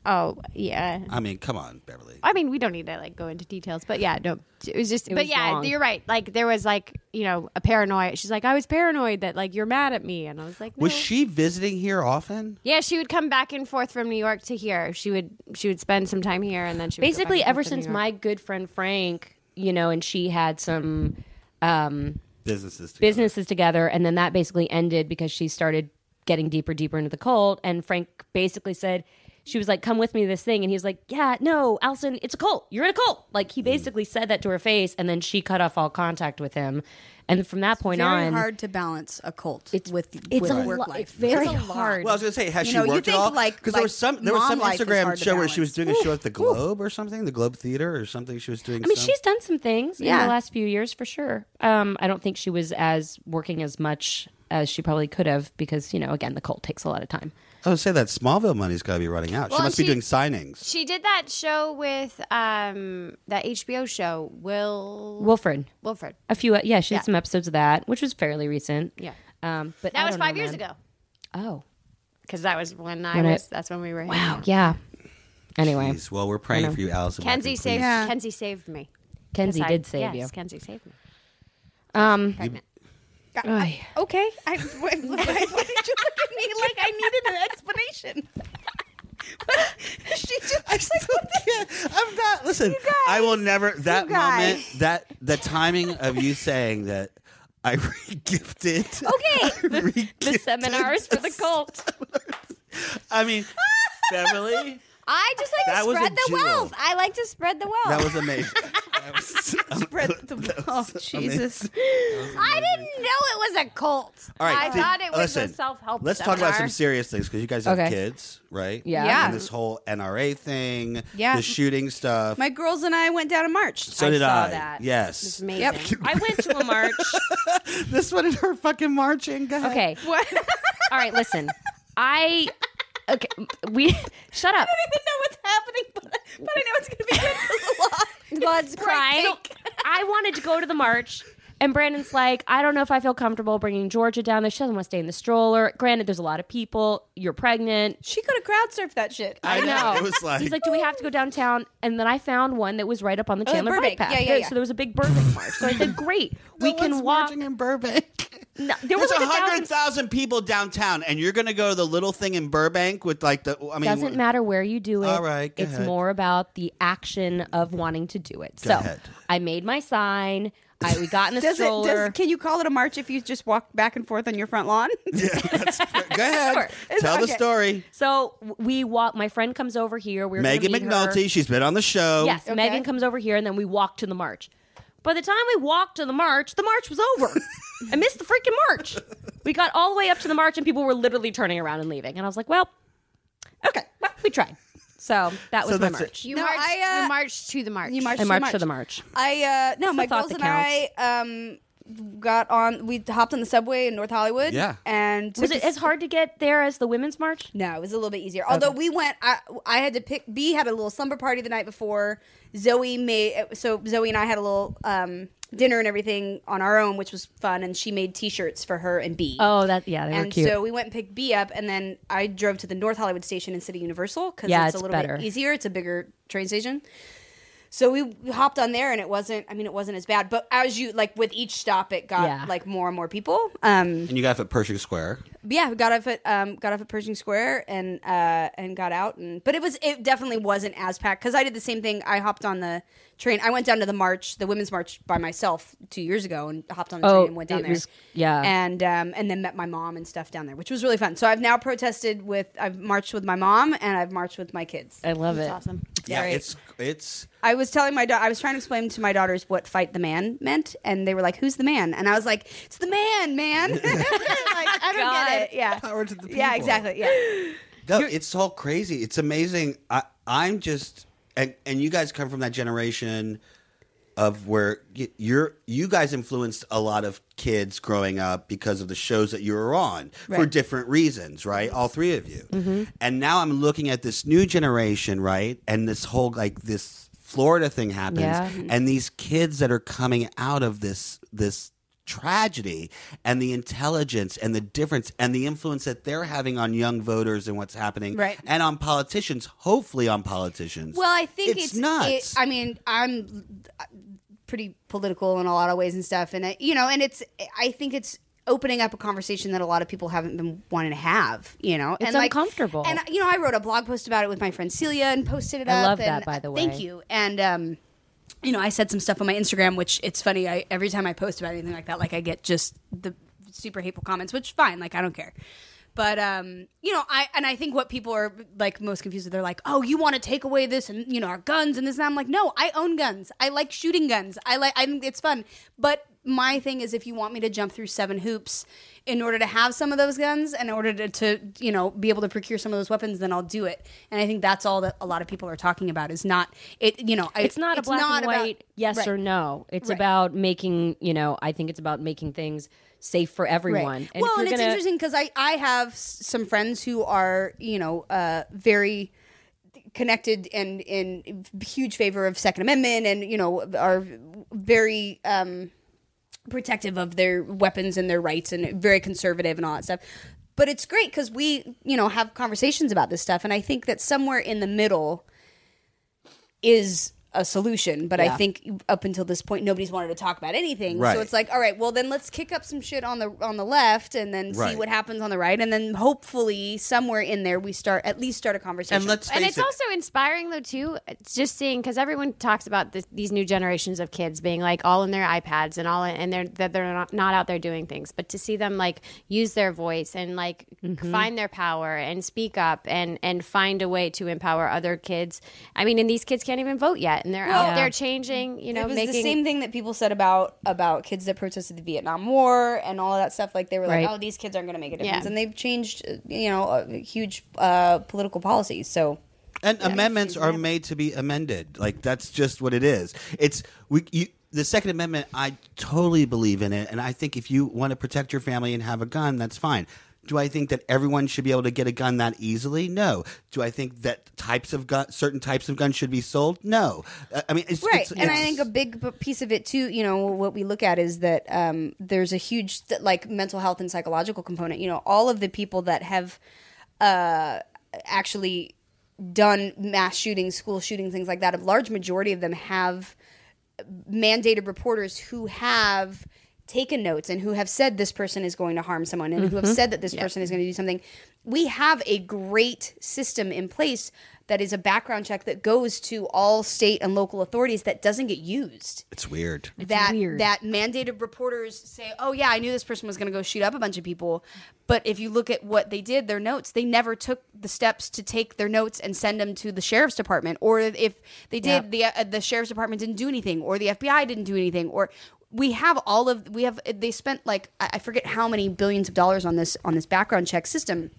[SPEAKER 5] Oh yeah.
[SPEAKER 2] I mean, come on, Beverly.
[SPEAKER 5] I mean, we don't need to like go into details, but yeah, no, it was just. but
[SPEAKER 1] was
[SPEAKER 5] yeah,
[SPEAKER 1] long.
[SPEAKER 5] you're right. Like there was like you know a paranoia. She's like, I was paranoid that like you're mad at me, and I was like, no.
[SPEAKER 2] Was she visiting here often?
[SPEAKER 5] Yeah, she would come back and forth from New York to here. She would she would spend some time here, and then she would go back
[SPEAKER 1] Basically,
[SPEAKER 5] and forth
[SPEAKER 1] ever
[SPEAKER 5] to
[SPEAKER 1] since
[SPEAKER 5] New York.
[SPEAKER 1] my good friend Frank, you know, and she had some um,
[SPEAKER 2] Businesses. Together.
[SPEAKER 1] businesses together, and then that basically ended because she started getting deeper, deeper into the cult, and Frank basically said. she was like, "Come with me to this thing," and he's like, "Yeah, no, Allison, it's a cult. You're in a cult." Like
[SPEAKER 5] Hmm.
[SPEAKER 1] he basically said that to her face, and then she cut off all contact with him. And from that point
[SPEAKER 6] Very
[SPEAKER 1] on,
[SPEAKER 6] hard to balance a cult with, with
[SPEAKER 1] a
[SPEAKER 6] work
[SPEAKER 1] lo-
[SPEAKER 6] life.
[SPEAKER 1] It's very
[SPEAKER 6] It's a lot.
[SPEAKER 1] hard.
[SPEAKER 2] Well, I was gonna say, has
[SPEAKER 6] You
[SPEAKER 2] she
[SPEAKER 6] know, you
[SPEAKER 2] worked
[SPEAKER 6] think,
[SPEAKER 2] at all?
[SPEAKER 6] like-
[SPEAKER 2] there
[SPEAKER 6] like,
[SPEAKER 2] was some there was
[SPEAKER 6] mom
[SPEAKER 2] some
[SPEAKER 6] life is
[SPEAKER 2] Instagram
[SPEAKER 6] hard to
[SPEAKER 2] show where she was doing
[SPEAKER 6] balance.
[SPEAKER 2] a show at the Globe or something, the Globe Theater or something. She was doing.
[SPEAKER 1] I mean,
[SPEAKER 2] some-
[SPEAKER 1] she's done some things in
[SPEAKER 6] Yeah.
[SPEAKER 1] the last few years for sure. Um, I don't think she was as working as much as she probably could have because you know, again, the cult takes a lot of time.
[SPEAKER 2] I would Oh, say that Smallville money's got to be running out.
[SPEAKER 5] Well,
[SPEAKER 2] she
[SPEAKER 5] and
[SPEAKER 2] must be
[SPEAKER 5] she-
[SPEAKER 2] doing signings.
[SPEAKER 5] She did that show with um that HBO show Will
[SPEAKER 1] Wilfred,
[SPEAKER 5] Wilfred.
[SPEAKER 1] a few, yeah, she did some episodes of that, which was fairly recent.
[SPEAKER 5] Yeah.
[SPEAKER 1] um, but I
[SPEAKER 5] That was
[SPEAKER 1] don't know,
[SPEAKER 5] five years
[SPEAKER 1] man.
[SPEAKER 5] ago
[SPEAKER 1] Oh,
[SPEAKER 5] because that was when I
[SPEAKER 1] When I-
[SPEAKER 5] was. that's when we were.
[SPEAKER 1] wow, yeah. Anyway,
[SPEAKER 2] Jeez, well, we're praying for you, Allison.
[SPEAKER 5] Kenzie
[SPEAKER 2] Walker,
[SPEAKER 5] saved.
[SPEAKER 2] please.
[SPEAKER 5] Kenzie saved me.
[SPEAKER 1] Kenzie
[SPEAKER 5] I-
[SPEAKER 1] did save
[SPEAKER 5] yes,
[SPEAKER 1] you.
[SPEAKER 5] Kenzie saved me.
[SPEAKER 1] Um,
[SPEAKER 6] I- I- okay. I, why did you look at me like I needed an explanation? she just, I was like, what the-
[SPEAKER 2] I'm not. Listen, I will never. That
[SPEAKER 5] guys.
[SPEAKER 2] moment, that the timing of you saying that, I regifted. Okay. I,
[SPEAKER 1] the
[SPEAKER 2] re-gifted-
[SPEAKER 1] seminars for the cult.
[SPEAKER 2] I mean, Beverly,
[SPEAKER 5] I just like
[SPEAKER 2] That
[SPEAKER 5] to
[SPEAKER 2] was a
[SPEAKER 5] spread the
[SPEAKER 2] jewel.
[SPEAKER 5] wealth. I like to spread the wealth.
[SPEAKER 2] that was amazing. That was,
[SPEAKER 6] Spread the oh Jesus!
[SPEAKER 5] I didn't know it was a cult.
[SPEAKER 2] all right.
[SPEAKER 5] I
[SPEAKER 2] did-
[SPEAKER 5] thought it was
[SPEAKER 2] listen,
[SPEAKER 5] a self help.
[SPEAKER 2] Let's talk about some serious things because you guys have
[SPEAKER 1] Okay.
[SPEAKER 2] kids, right?
[SPEAKER 1] Yeah.
[SPEAKER 6] Yeah.
[SPEAKER 2] And this whole NRA thing,
[SPEAKER 6] Yeah.
[SPEAKER 2] the shooting stuff.
[SPEAKER 6] My girls and I went down and marched.
[SPEAKER 2] so
[SPEAKER 5] I
[SPEAKER 2] did
[SPEAKER 5] saw
[SPEAKER 2] I.
[SPEAKER 5] that.
[SPEAKER 2] Yes.
[SPEAKER 5] Amazing.
[SPEAKER 6] Yep.
[SPEAKER 1] I went to a march.
[SPEAKER 2] This one is her fucking marching. Go ahead.
[SPEAKER 1] Okay, all right, listen, I. Okay, we shut up.
[SPEAKER 6] even know what's happening, but, but I know it's going to be good because
[SPEAKER 5] Blood's crying.
[SPEAKER 1] I wanted to go to the march. And Brandon's like, I don't know if I feel comfortable bringing Georgia down there. She doesn't want to stay in the stroller. Granted, there's a lot of people. You're pregnant.
[SPEAKER 6] She could have crowd surfed that shit.
[SPEAKER 2] I know.
[SPEAKER 1] know.
[SPEAKER 2] It was like,
[SPEAKER 1] He's like, do we have to go downtown? And then I found one that was right up on the Chandler bike
[SPEAKER 6] Oh, Burbank.
[SPEAKER 1] path.
[SPEAKER 6] Yeah, yeah, yeah.
[SPEAKER 1] So there was a big Burbank march. So I said, great, we can walk.
[SPEAKER 2] in Burbank.
[SPEAKER 1] No, there
[SPEAKER 2] There's
[SPEAKER 1] was like a
[SPEAKER 2] hundred
[SPEAKER 1] thousand.
[SPEAKER 2] thousand people downtown, and you're going to go to the little thing in Burbank with like the. I mean,
[SPEAKER 1] Doesn't matter where you do it.
[SPEAKER 2] All right, go
[SPEAKER 1] it's
[SPEAKER 2] ahead.
[SPEAKER 1] more about the action of wanting to do it. so
[SPEAKER 2] ahead.
[SPEAKER 1] I made my sign. I we got in the
[SPEAKER 6] Does it,
[SPEAKER 1] stroller.
[SPEAKER 6] does, can you call it a march if you just walk back and forth on your front lawn?
[SPEAKER 2] Go ahead,
[SPEAKER 6] It's
[SPEAKER 2] tell the
[SPEAKER 6] okay.
[SPEAKER 2] story.
[SPEAKER 1] So w- we walk. My friend comes over here. We're gonna
[SPEAKER 2] Megan
[SPEAKER 1] meet her.
[SPEAKER 2] McNulty, she's been on the show.
[SPEAKER 1] Yes, Megan comes over here, and then we walk to the march. By the time we walked to the march, the march was over. I missed the freaking march. We got all the way up to the march, and people were literally turning around and leaving. And I was like, "Well, okay, well, we tried." So that was
[SPEAKER 2] So
[SPEAKER 1] my
[SPEAKER 2] that's it.
[SPEAKER 1] march.
[SPEAKER 5] You
[SPEAKER 6] No,
[SPEAKER 5] marched.
[SPEAKER 6] I, uh,
[SPEAKER 5] you marched to the march.
[SPEAKER 6] You marched
[SPEAKER 1] I
[SPEAKER 6] too
[SPEAKER 1] marched
[SPEAKER 6] much.
[SPEAKER 1] to the march.
[SPEAKER 6] I uh no, my
[SPEAKER 1] thought
[SPEAKER 6] girls
[SPEAKER 1] that
[SPEAKER 6] and I um got on we hopped on the subway in North Hollywood.
[SPEAKER 2] Yeah.
[SPEAKER 6] And
[SPEAKER 1] Was
[SPEAKER 6] took
[SPEAKER 1] it
[SPEAKER 6] a-
[SPEAKER 1] as hard to get there as the women's march?
[SPEAKER 6] No, it was a little bit easier. Although we went I I had to pick B had a little slumber party the night before. Zoe made so Zoe and I had a little um dinner and everything on our own, which was fun, and she made t shirts for her and B.
[SPEAKER 1] Oh, that yeah, they were
[SPEAKER 6] and
[SPEAKER 1] cute.
[SPEAKER 6] so we went and picked B up, and then I drove to the North Hollywood station instead of Universal because
[SPEAKER 1] Yeah,
[SPEAKER 6] it's,
[SPEAKER 1] it's
[SPEAKER 6] a little
[SPEAKER 1] better.
[SPEAKER 6] bit easier. It's a bigger train station. So we hopped on there, and it wasn't. I mean, it wasn't as bad. But as you like, with each stop, it got
[SPEAKER 1] Yeah.
[SPEAKER 6] like more and more people. Um,
[SPEAKER 2] And you got up at Pershing Square.
[SPEAKER 6] but yeah, we got off at um, got off at Pershing Square and uh, and got out, and but it was it definitely wasn't as packed because I did the same thing. I hopped on the train. I went down to the march, the women's march, by myself two years ago, and hopped on the
[SPEAKER 1] Oh,
[SPEAKER 6] train and went down
[SPEAKER 1] it
[SPEAKER 6] there.
[SPEAKER 1] was- yeah.
[SPEAKER 6] and um, and then met my mom and stuff down there, which was really fun. So I've now protested with I've marched with my mom and I've marched with my kids.
[SPEAKER 1] I love it.
[SPEAKER 5] awesome.
[SPEAKER 2] Yeah,
[SPEAKER 6] Right.
[SPEAKER 2] it's it's
[SPEAKER 6] I was telling my daughter, I was trying to explain to my daughters what "fight the man" meant, and they were like, "Who's the man?" And I was like, "It's the man, man." like, I don't
[SPEAKER 1] God.
[SPEAKER 6] get it. Yeah,
[SPEAKER 2] Power to the
[SPEAKER 6] Yeah,
[SPEAKER 2] people.
[SPEAKER 6] exactly. Yeah.
[SPEAKER 2] No, it's all crazy. It's amazing. I, I'm just, and, and you guys come from that generation of where y- you're, you guys influenced a lot of kids growing up because of the shows that you were on for
[SPEAKER 6] Right. Mm-hmm.
[SPEAKER 2] different reasons, right? All three of you. And now I'm looking at this new generation, right? And this whole, like, this Florida thing happens.
[SPEAKER 1] Yeah.
[SPEAKER 2] And these kids that are coming out of this, this, tragedy and the intelligence and the difference and the influence that they're having on young voters and what's happening
[SPEAKER 6] Right.
[SPEAKER 2] and on politicians hopefully on politicians
[SPEAKER 6] Well, I think it's,
[SPEAKER 2] nuts
[SPEAKER 6] it- I mean, I'm uh, pretty political in a lot of ways and stuff, and I, you know, and it's. I think it's opening up a conversation that a lot of people haven't been wanting to have. You know,
[SPEAKER 1] It's
[SPEAKER 6] and like,
[SPEAKER 1] uncomfortable.
[SPEAKER 6] And you know, I wrote a blog post about it with my friend Celia and posted it
[SPEAKER 1] I
[SPEAKER 6] up.
[SPEAKER 1] love that,
[SPEAKER 6] and-
[SPEAKER 1] by the way.
[SPEAKER 6] Thank you. And um, you know, I said some stuff on my Instagram, which it's funny. I every time I post about anything like that, like I get just the super hateful comments, which fine, like I don't care. But um, you know, I and I think what people are like most confused with, they're like, "Oh, you want to take away this and you know our guns and this." And I'm like, "No, I own guns. I like shooting guns. I like. I think it's fun." But my thing is, if you want me to jump through seven hoops in order to have some of those guns, in order to, to you know be able to procure some of those weapons, then I'll do it. And I think that's all that a lot of people are talking about is not it. You know, I-
[SPEAKER 1] it's not a black and
[SPEAKER 6] about-
[SPEAKER 1] white yes
[SPEAKER 6] Right.
[SPEAKER 1] or no. It's
[SPEAKER 6] Right.
[SPEAKER 1] about making, you know, I think it's about making things safe for everyone.
[SPEAKER 6] Right.
[SPEAKER 1] if
[SPEAKER 6] well,
[SPEAKER 1] you're
[SPEAKER 6] and it's
[SPEAKER 1] gonna-
[SPEAKER 6] interesting because I I have s- some friends who are you know uh, very connected and in huge favor of Second Amendment and you know are very um, protective of their weapons and their rights and very conservative and all that stuff. But it's great because we you know have conversations about this stuff, and I think that somewhere in the middle is a solution but i think up until this point nobody's wanted to talk about anything
[SPEAKER 2] Right.
[SPEAKER 6] so it's like all right well then let's kick up some shit on the on the left and then see
[SPEAKER 2] Right.
[SPEAKER 6] what happens on the right and then hopefully somewhere in there we start at least start a conversation
[SPEAKER 2] And let's face
[SPEAKER 5] and it's
[SPEAKER 2] it,
[SPEAKER 5] also inspiring though too it's just seeing because everyone talks about this, these new generations of kids being like all in their ipads and all in, and they're that they're not, not out there doing things but to see them like use their voice and like
[SPEAKER 6] Mm-hmm.
[SPEAKER 5] find their power and speak up and and find a way to empower other kids i mean and these kids can't even vote yet and they're out there changing you know
[SPEAKER 6] it was
[SPEAKER 5] making
[SPEAKER 6] the same thing that people said about about kids that protested the Vietnam War and all of that stuff. Like they were
[SPEAKER 1] Right.
[SPEAKER 6] like, "Oh, these kids aren't going to make a difference,"
[SPEAKER 5] Yeah.
[SPEAKER 6] and they've changed, uh, you know, uh, huge uh, political policies. So
[SPEAKER 2] And amendments are made to be amended. Like that's just what it is. It's we you, the Second Amendment. I totally believe in it, and I think if you want to protect your family and have a gun, that's fine. Do I think that everyone should be able to get a gun that easily? No. Do I think that types of gun, certain types of guns, should be sold? No. Uh, I mean, it's
[SPEAKER 6] right
[SPEAKER 2] it's-
[SPEAKER 6] and i
[SPEAKER 2] it's-
[SPEAKER 6] think a big p- piece of it too you know what we look at is that um, there's a huge th- like mental health and psychological component you know all of the people that have uh, actually done mass shootings school shootings things like that a large majority of them have mandated reporters who have taken notes and who have said this person is going to harm someone and who have said that this person is going to do something. We have a great system in place that is a background check that goes to all state and local authorities that doesn't get used
[SPEAKER 2] it's weird.
[SPEAKER 6] that that mandated reporters say, "Oh yeah, I knew this person was going to go shoot up a bunch of people." But if you look at what they did, their notes, they never took the steps to take their notes and send them to the sheriff's department. Or if they did, the uh, the sheriff's department didn't do anything, or the FBI didn't do anything, or we have all of we have they spent like I I forget how many billions of dollars on this on this background check system.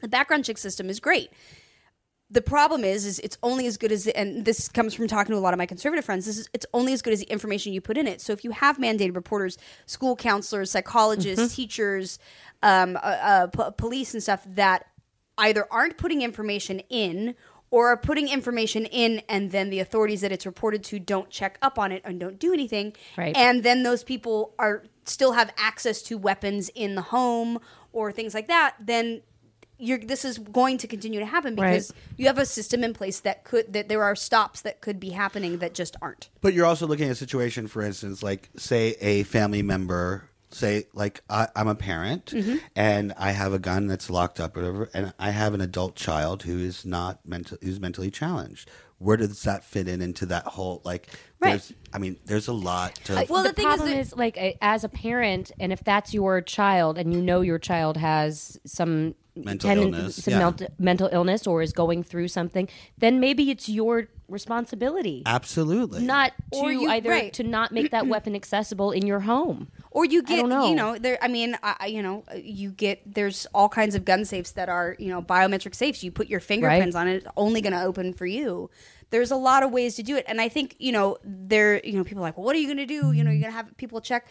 [SPEAKER 6] The background check system is great the problem is is it's only as good as the, and this comes from talking to a lot of my conservative friends this is it's only as good as the information you put in it so if you have mandated reporters school counselors psychologists teachers um, uh, uh, p- police and stuff that either aren't putting information in or are putting information in and then the authorities that it's reported to don't check up on it and don't do anything
[SPEAKER 1] Right.
[SPEAKER 6] and then those people are still have access to weapons in the home or things like that then you're, this is going to continue to happen because you have a system in place that could that there are stops that could be happening that just aren't.
[SPEAKER 2] But you're also looking at a situation, for instance, like say a family member, say like I, I'm a parent
[SPEAKER 6] Mm-hmm.
[SPEAKER 2] and I have a gun that's locked up, or whatever, and I have an adult child who is not mental, who's mentally challenged. Where does that fit in into that whole like?
[SPEAKER 6] Right.
[SPEAKER 2] There's, I mean, there's a lot to.
[SPEAKER 6] Well,
[SPEAKER 1] the,
[SPEAKER 6] the thing is
[SPEAKER 1] problem
[SPEAKER 6] that-
[SPEAKER 1] is, like, a- as a parent, and if that's your child, and you know your child has some
[SPEAKER 2] Mental illness,
[SPEAKER 1] some
[SPEAKER 2] yeah.
[SPEAKER 1] mel- mental illness, or is going through something, then maybe it's your responsibility,
[SPEAKER 2] absolutely
[SPEAKER 1] not to
[SPEAKER 6] Or you-
[SPEAKER 1] either
[SPEAKER 6] right.
[SPEAKER 1] to not make that weapon accessible in your home.
[SPEAKER 6] Or you get
[SPEAKER 1] don't know.
[SPEAKER 6] you know there. I mean, I, I- you know, you get there's all kinds of gun safes that are you know biometric safes. You put your fingerprints on it; it's only going to open for you. There's a lot of ways to do it, and I think you know there. You know, people are like, well, what are you going to do? You know, you're going to have people check.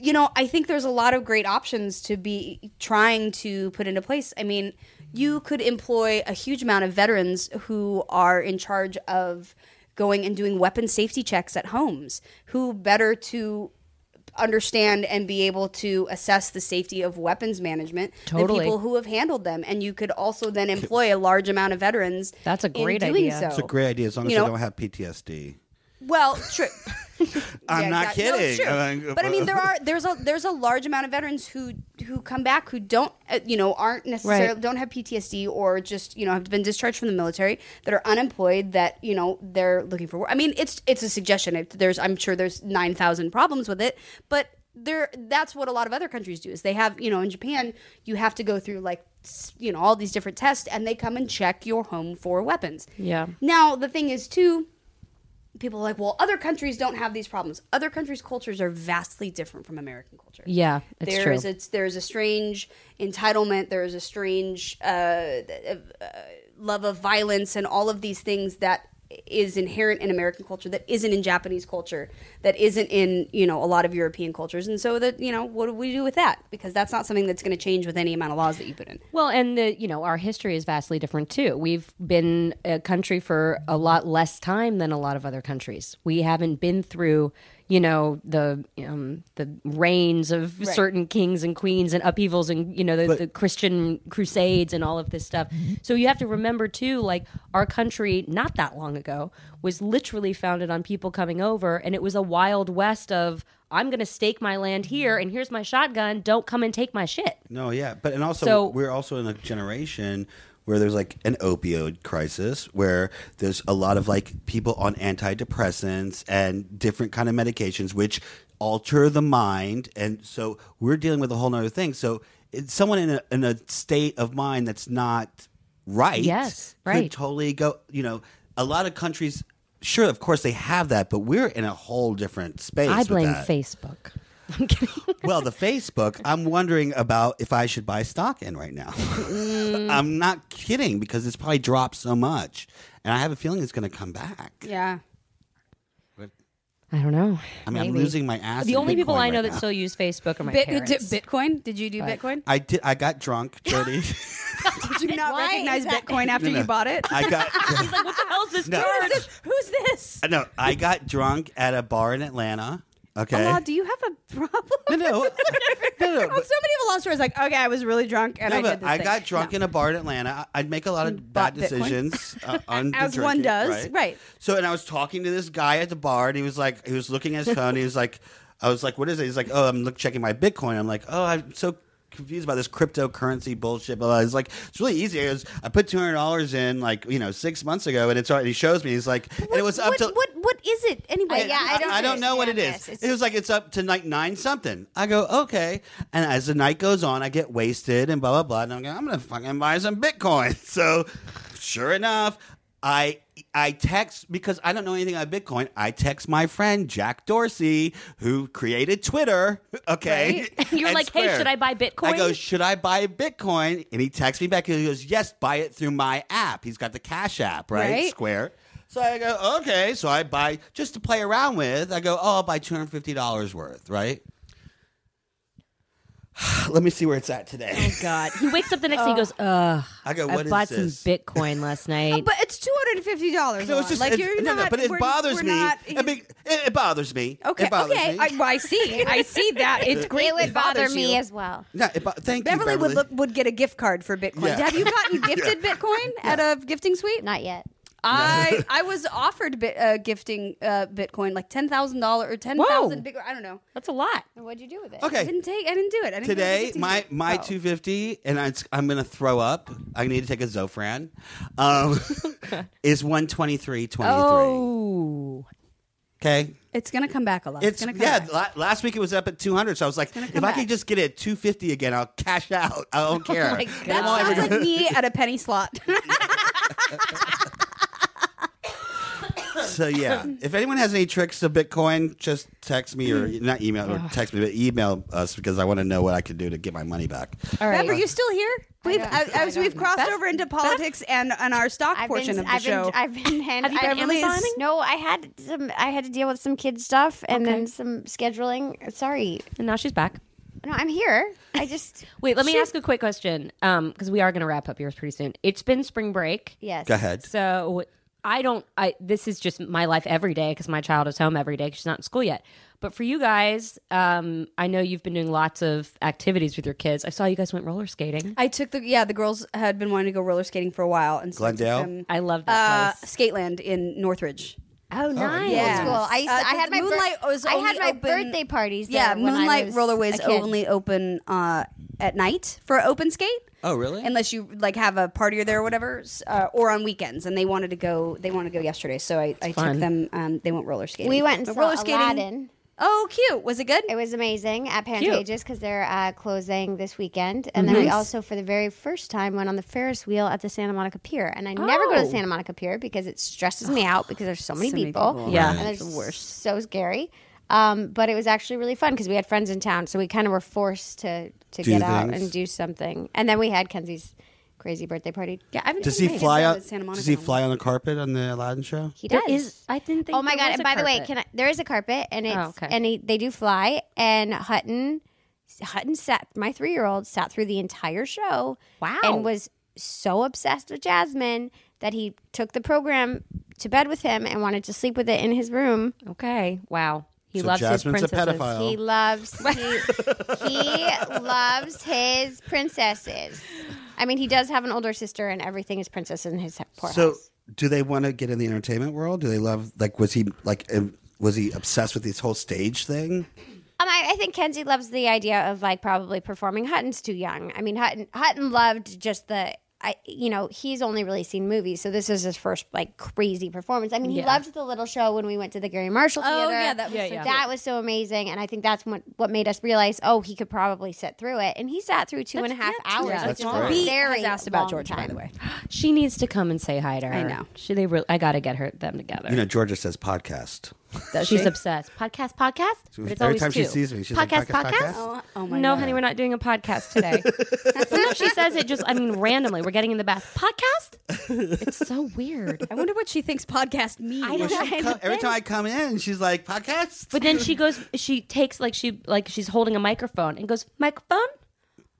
[SPEAKER 6] you know, I think there's a lot of great options to be trying to put into place. I mean, you could employ a huge amount of veterans who are in charge of going and doing weapon safety checks at homes. Who better to understand and be able to assess the safety of weapons management
[SPEAKER 1] Totally.
[SPEAKER 6] than people who have handled them? And you could also then employ a large amount of veterans.
[SPEAKER 1] That's a
[SPEAKER 6] in
[SPEAKER 1] great
[SPEAKER 6] doing
[SPEAKER 1] idea.
[SPEAKER 6] So.
[SPEAKER 1] It's
[SPEAKER 2] It's a great idea as long as
[SPEAKER 6] You
[SPEAKER 2] you,
[SPEAKER 6] know-
[SPEAKER 2] don't have PTSD.
[SPEAKER 6] Well, true.
[SPEAKER 2] I'm not
[SPEAKER 6] exactly. No, it's
[SPEAKER 2] kidding.
[SPEAKER 6] true.
[SPEAKER 2] I'm like-
[SPEAKER 6] but I mean, there are there's a there's a large amount of veterans who who come back who don't uh, you know aren't necessarily
[SPEAKER 1] Right.
[SPEAKER 6] don't have PTSD or just you know have been discharged from the military that are unemployed that you know they're looking for work. I mean, it's it's a suggestion. It, there's I'm sure there's nine thousand problems with it, but there that's what a lot of other countries do is they have you know in Japan you have to go through like s- you know all these different tests and they come and check your home for weapons.
[SPEAKER 1] Yeah.
[SPEAKER 6] Now the thing is too people are like well other countries don't have these problems. Other countries cultures are vastly different from American culture.
[SPEAKER 1] Yeah, it's
[SPEAKER 6] There
[SPEAKER 1] true.
[SPEAKER 6] is a there is a strange entitlement, there is a strange uh, love of violence and all of these things that is inherent in American culture that isn't in Japanese culture that isn't in you know a lot of European cultures and so that you know what do we do with that because that's not something that's going to change with any amount of laws that you put in
[SPEAKER 1] Well, and the you know our history is vastly different too. We've been a country for a lot less time than a lot of other countries. We haven't been through you know the um, the reigns of certain kings and queens and upheavals and you know the, the Christian crusades and all of this stuff. So you have to remember too, like our country not that long ago was literally founded on people coming over, and it was a wild west of. I'm going to stake my land here, and here's my shotgun. Don't come and take my shit.
[SPEAKER 2] No, yeah, but and also
[SPEAKER 1] So-
[SPEAKER 2] we're also in a generation where there's like an opioid crisis where there's a lot of like people on antidepressants and different kind of medications which alter the mind and so we're dealing with a whole nother thing so it's someone in a, in a state of mind that's not right
[SPEAKER 1] Yes,
[SPEAKER 2] could
[SPEAKER 1] right.
[SPEAKER 2] totally go you know a lot of countries sure of course they have that but we're in a whole different space
[SPEAKER 1] I
[SPEAKER 2] with
[SPEAKER 1] blame
[SPEAKER 2] that.
[SPEAKER 1] Facebook. I'm kidding.
[SPEAKER 2] Well, the Facebook, I'm wondering about if I should buy stock in right now.
[SPEAKER 1] Mm.
[SPEAKER 2] I'm not kidding because it's probably dropped so much. And I have a feeling it's going to come back.
[SPEAKER 6] yeah
[SPEAKER 1] I don't know.
[SPEAKER 2] I mean, I'm
[SPEAKER 1] Maybe.
[SPEAKER 2] losing my ass.
[SPEAKER 1] The
[SPEAKER 2] in
[SPEAKER 1] only people
[SPEAKER 2] Bitcoin
[SPEAKER 1] I know
[SPEAKER 2] right
[SPEAKER 1] that
[SPEAKER 2] now.
[SPEAKER 1] still use Facebook are my
[SPEAKER 6] Bit-
[SPEAKER 1] parents.
[SPEAKER 6] di- Bitcoin did you do Bitcoin
[SPEAKER 2] I did. I got drunk. Dirty.
[SPEAKER 6] did you not
[SPEAKER 1] Why is
[SPEAKER 6] recognize
[SPEAKER 1] that-
[SPEAKER 6] Bitcoin after you bought it
[SPEAKER 2] I got.
[SPEAKER 1] He's like, what the hell is this
[SPEAKER 2] No.
[SPEAKER 1] card?
[SPEAKER 6] who's this
[SPEAKER 2] no, I got drunk at a bar in Atlanta. Okay.
[SPEAKER 6] Law, do you have a problem
[SPEAKER 2] no, no, no, no,
[SPEAKER 6] on
[SPEAKER 2] but-
[SPEAKER 6] so many of the law stories like okay I was really drunk and
[SPEAKER 2] no,
[SPEAKER 6] I
[SPEAKER 2] but
[SPEAKER 6] did this
[SPEAKER 2] I
[SPEAKER 6] thing.
[SPEAKER 2] got drunk in a bar in Atlanta. I- I'd make a lot of
[SPEAKER 6] bought
[SPEAKER 2] bad
[SPEAKER 6] Bitcoin.
[SPEAKER 2] decisions uh, on the
[SPEAKER 6] As one
[SPEAKER 2] drinking,
[SPEAKER 6] does, right.
[SPEAKER 2] So, and I was talking to this guy at the bar, and he was like, he was looking at his phone. and he was like, I was like, what is it? He's like, oh, I'm look, checking my Bitcoin. I'm like, oh, I'm so confused about this cryptocurrency bullshit. Blah, blah. He's like, it's really easy. It was, I put two hundred dollars in like you know six months ago, and it's already. He shows me. He's like, and it was up
[SPEAKER 6] what,
[SPEAKER 2] to
[SPEAKER 6] what what is it anyway
[SPEAKER 2] yeah, I don't, know what it
[SPEAKER 3] understand
[SPEAKER 2] is.
[SPEAKER 3] this.
[SPEAKER 2] It was like it's up to night nine something. I go okay, and as the night goes on, I get wasted and blah blah blah. And I'm going, I'm gonna fucking buy some Bitcoin. So, sure enough, I I text because I don't know anything about Bitcoin. I text my friend Jack Dorsey who created Twitter. Okay,
[SPEAKER 1] Right. You're
[SPEAKER 2] and
[SPEAKER 1] like, "Hey, should I buy Bitcoin?"
[SPEAKER 2] I go, should I buy Bitcoin? And he texts me back and he goes, yes, buy it through my app. He's got the Cash app, right?
[SPEAKER 6] Right.
[SPEAKER 2] Square. So I go, okay. So I buy, just to play around with, I go, oh, I'll buy $250 worth, right? Let me see where it's at today.
[SPEAKER 1] God. He wakes up the next day and goes, ugh.
[SPEAKER 2] I go,
[SPEAKER 1] I
[SPEAKER 2] what is
[SPEAKER 1] bought
[SPEAKER 2] this?
[SPEAKER 1] some Bitcoin last night.
[SPEAKER 6] But it's two hundred and fifty dollars.
[SPEAKER 2] So it's just,
[SPEAKER 6] Oh, like
[SPEAKER 2] it's-
[SPEAKER 6] you're
[SPEAKER 2] no,
[SPEAKER 6] not.
[SPEAKER 2] no, but it
[SPEAKER 6] we're-
[SPEAKER 2] bothers
[SPEAKER 6] we're
[SPEAKER 2] me.
[SPEAKER 6] not-
[SPEAKER 2] I mean, it, it bothers me.
[SPEAKER 6] okay,
[SPEAKER 2] It bothers
[SPEAKER 6] okay.
[SPEAKER 2] me.
[SPEAKER 6] I, well, I see. I see that. It's great.
[SPEAKER 3] It would bother
[SPEAKER 6] bothers
[SPEAKER 3] me
[SPEAKER 6] you.
[SPEAKER 3] as well.
[SPEAKER 2] No, it bo- thank
[SPEAKER 6] Beverly,
[SPEAKER 2] you,
[SPEAKER 6] would look, would get a gift card for Bitcoin.
[SPEAKER 2] Yeah.
[SPEAKER 6] Have you gotten gifted Bitcoin at a gifting suite?
[SPEAKER 3] Not yet.
[SPEAKER 6] I I was offered bi- uh, gifting uh, Bitcoin like ten thousand dollars or ten thousand. Bitcoin. I don't know.
[SPEAKER 1] That's a lot.
[SPEAKER 3] What'd you do with it?
[SPEAKER 6] I
[SPEAKER 2] okay.
[SPEAKER 6] didn't take. I didn't do it. I didn't go to the
[SPEAKER 2] today
[SPEAKER 6] gifting
[SPEAKER 2] my
[SPEAKER 6] suite.
[SPEAKER 2] my
[SPEAKER 6] Oh.
[SPEAKER 2] 250 and I, i'm gonna throw up i need to take a zofran um is 123
[SPEAKER 1] Oh.
[SPEAKER 2] okay
[SPEAKER 6] It's gonna come back a lot. It's,
[SPEAKER 2] it's
[SPEAKER 6] gonna come
[SPEAKER 2] yeah
[SPEAKER 6] back.
[SPEAKER 2] la- last week it was up at 200 so i was like if i could just get it at 250 again i'll cash out i don't
[SPEAKER 6] Oh
[SPEAKER 2] care
[SPEAKER 6] That sounds like me at a penny slot.
[SPEAKER 2] so yeah if anyone has any tricks to bitcoin just text me
[SPEAKER 6] Mm.
[SPEAKER 2] or not email or text me but email us because i want to know what i can do to get my money back
[SPEAKER 1] All right.
[SPEAKER 6] Bev, are you still here? We've
[SPEAKER 3] don't-
[SPEAKER 6] I, I was,
[SPEAKER 3] I
[SPEAKER 6] we've
[SPEAKER 3] don't-
[SPEAKER 6] crossed
[SPEAKER 3] Beth-
[SPEAKER 6] over into politics and and our stock
[SPEAKER 3] I've
[SPEAKER 6] portion
[SPEAKER 3] been,
[SPEAKER 6] of the
[SPEAKER 3] I've
[SPEAKER 6] show.
[SPEAKER 3] been, I've been, hand,
[SPEAKER 1] Have you been
[SPEAKER 3] I really-
[SPEAKER 1] Amazoning?
[SPEAKER 3] No, I had some. I had to deal with some kid stuff and then some scheduling. Sorry,
[SPEAKER 1] and now she's back.
[SPEAKER 3] no, I'm here. I just
[SPEAKER 1] Wait, let me ask a quick question Um, because we are going to wrap up yours pretty soon. It's been spring break.
[SPEAKER 3] yes.
[SPEAKER 2] go ahead
[SPEAKER 1] So I don't. I this is just my life every day because my child is home every day 'cause she's not in school yet. But for you guys, um, I know you've been doing lots of activities with your kids. I saw you guys went roller skating.
[SPEAKER 6] I took the yeah. The girls had been wanting to go roller skating for a while, and so I took
[SPEAKER 2] Glendale?
[SPEAKER 6] them,
[SPEAKER 1] I love
[SPEAKER 6] uh,
[SPEAKER 1] that place.
[SPEAKER 6] Skateland in Northridge.
[SPEAKER 1] Oh, nice.
[SPEAKER 6] yeah.
[SPEAKER 3] Old school. I used to,
[SPEAKER 6] Uh,
[SPEAKER 3] I
[SPEAKER 6] 'cause
[SPEAKER 3] had my bir-
[SPEAKER 6] Moonlight was
[SPEAKER 3] I had
[SPEAKER 6] only
[SPEAKER 3] my
[SPEAKER 6] open-
[SPEAKER 3] birthday parties. There
[SPEAKER 6] yeah,
[SPEAKER 3] when I
[SPEAKER 6] Moonlight
[SPEAKER 3] was
[SPEAKER 6] Roller
[SPEAKER 3] a
[SPEAKER 6] Rollerway's
[SPEAKER 3] kid.
[SPEAKER 6] only open uh, at night for open skate.
[SPEAKER 2] Oh, really?
[SPEAKER 6] Unless you like have a party or there or whatever, s- uh, or on weekends. And they wanted to go. They wanted to go yesterday, so I, I took
[SPEAKER 1] fun.
[SPEAKER 6] them. Um, they went roller skating.
[SPEAKER 3] We went and
[SPEAKER 6] But
[SPEAKER 3] saw Aladdin.
[SPEAKER 6] Oh, cute. Was it good?
[SPEAKER 5] It was amazing at
[SPEAKER 1] Cute.
[SPEAKER 5] Pantages because they're uh, closing this weekend, and then we also, for the very first time, went on the Ferris wheel at the Santa Monica Pier. And I never go to
[SPEAKER 1] Oh.
[SPEAKER 5] the Santa Monica Pier because it stresses me out because there's so many
[SPEAKER 6] So many
[SPEAKER 5] people.
[SPEAKER 6] people.
[SPEAKER 1] Yeah.
[SPEAKER 5] and it's the worst. So scary. Um, but it was actually really fun because we had friends in town, so we kind of were forced to to
[SPEAKER 2] Do
[SPEAKER 5] get out
[SPEAKER 2] things.
[SPEAKER 5] and do something. And then we had Kenzie's crazy birthday party.
[SPEAKER 1] Yeah, I've
[SPEAKER 2] Does he fly
[SPEAKER 6] that
[SPEAKER 2] on?
[SPEAKER 6] was Santa
[SPEAKER 2] Does
[SPEAKER 6] Monica
[SPEAKER 2] he
[SPEAKER 6] one.
[SPEAKER 2] fly on the carpet on the Aladdin show?
[SPEAKER 5] He
[SPEAKER 1] There
[SPEAKER 5] does.
[SPEAKER 1] is. I didn't think.
[SPEAKER 5] Oh my
[SPEAKER 1] there
[SPEAKER 5] god!
[SPEAKER 1] was
[SPEAKER 5] And
[SPEAKER 1] a
[SPEAKER 5] by the way,
[SPEAKER 1] carpet.
[SPEAKER 5] can I? There is a carpet, and it's
[SPEAKER 1] okay.
[SPEAKER 5] and he, they do fly. And Hutton, Hutton sat. My three year old sat through the entire show.
[SPEAKER 1] Wow.
[SPEAKER 5] And was so obsessed with Jasmine that he took the program to bed with him and wanted to sleep with it in his room.
[SPEAKER 1] Okay. Wow. He
[SPEAKER 2] So
[SPEAKER 1] loves
[SPEAKER 2] Jasmine's a
[SPEAKER 1] his princesses.
[SPEAKER 2] pedophile.
[SPEAKER 5] He loves he, he loves his princesses. I mean, he does have an older sister, and everything is princess in his poor
[SPEAKER 2] So,
[SPEAKER 5] house.
[SPEAKER 2] do they want to get in the entertainment world? Do they love like was he like um, was he obsessed with this whole stage thing?
[SPEAKER 5] Um, I, I think Kenzie loves the idea of like probably performing. Hutton's too young. I mean, Hutton Hutton loved just the. I, you know, he's only really seen movies, so this is his first like crazy performance. I mean, he
[SPEAKER 1] Yeah.
[SPEAKER 5] loved the little show when we went to the Gary Marshall
[SPEAKER 6] Oh,
[SPEAKER 5] Theater.
[SPEAKER 6] yeah, that was Yeah, so yeah.
[SPEAKER 5] that was so amazing, and I think that's what what made us realize, oh, he could probably sit through it, and he sat through two and a half
[SPEAKER 1] yeah, two
[SPEAKER 5] hours.
[SPEAKER 1] hours.
[SPEAKER 5] which is
[SPEAKER 2] That's
[SPEAKER 5] a
[SPEAKER 2] great.
[SPEAKER 6] He
[SPEAKER 5] very
[SPEAKER 6] has asked about
[SPEAKER 5] long
[SPEAKER 6] Georgia, by
[SPEAKER 5] time.
[SPEAKER 6] the way.
[SPEAKER 1] She needs to come and say hi to her. I
[SPEAKER 6] know.
[SPEAKER 1] She they really. I gotta get her them together.
[SPEAKER 2] You know, Georgia says podcast.
[SPEAKER 1] She's obsessed. Podcast, podcast. But it's
[SPEAKER 2] every
[SPEAKER 1] always
[SPEAKER 2] time she
[SPEAKER 1] two.
[SPEAKER 2] sees me, she's like,
[SPEAKER 1] podcast,
[SPEAKER 2] "Podcast,
[SPEAKER 1] podcast.
[SPEAKER 2] podcast?" Oh,
[SPEAKER 1] no, honey, we're not doing a podcast today. Sometimes she says it just. I mean, randomly. We're getting in the bath. Podcast. It's so weird.
[SPEAKER 6] I wonder what she thinks podcast means.
[SPEAKER 1] I don't
[SPEAKER 2] She come- every time I come in, she's like podcast.
[SPEAKER 1] But then she goes. She takes like she like she's holding a microphone and goes microphone.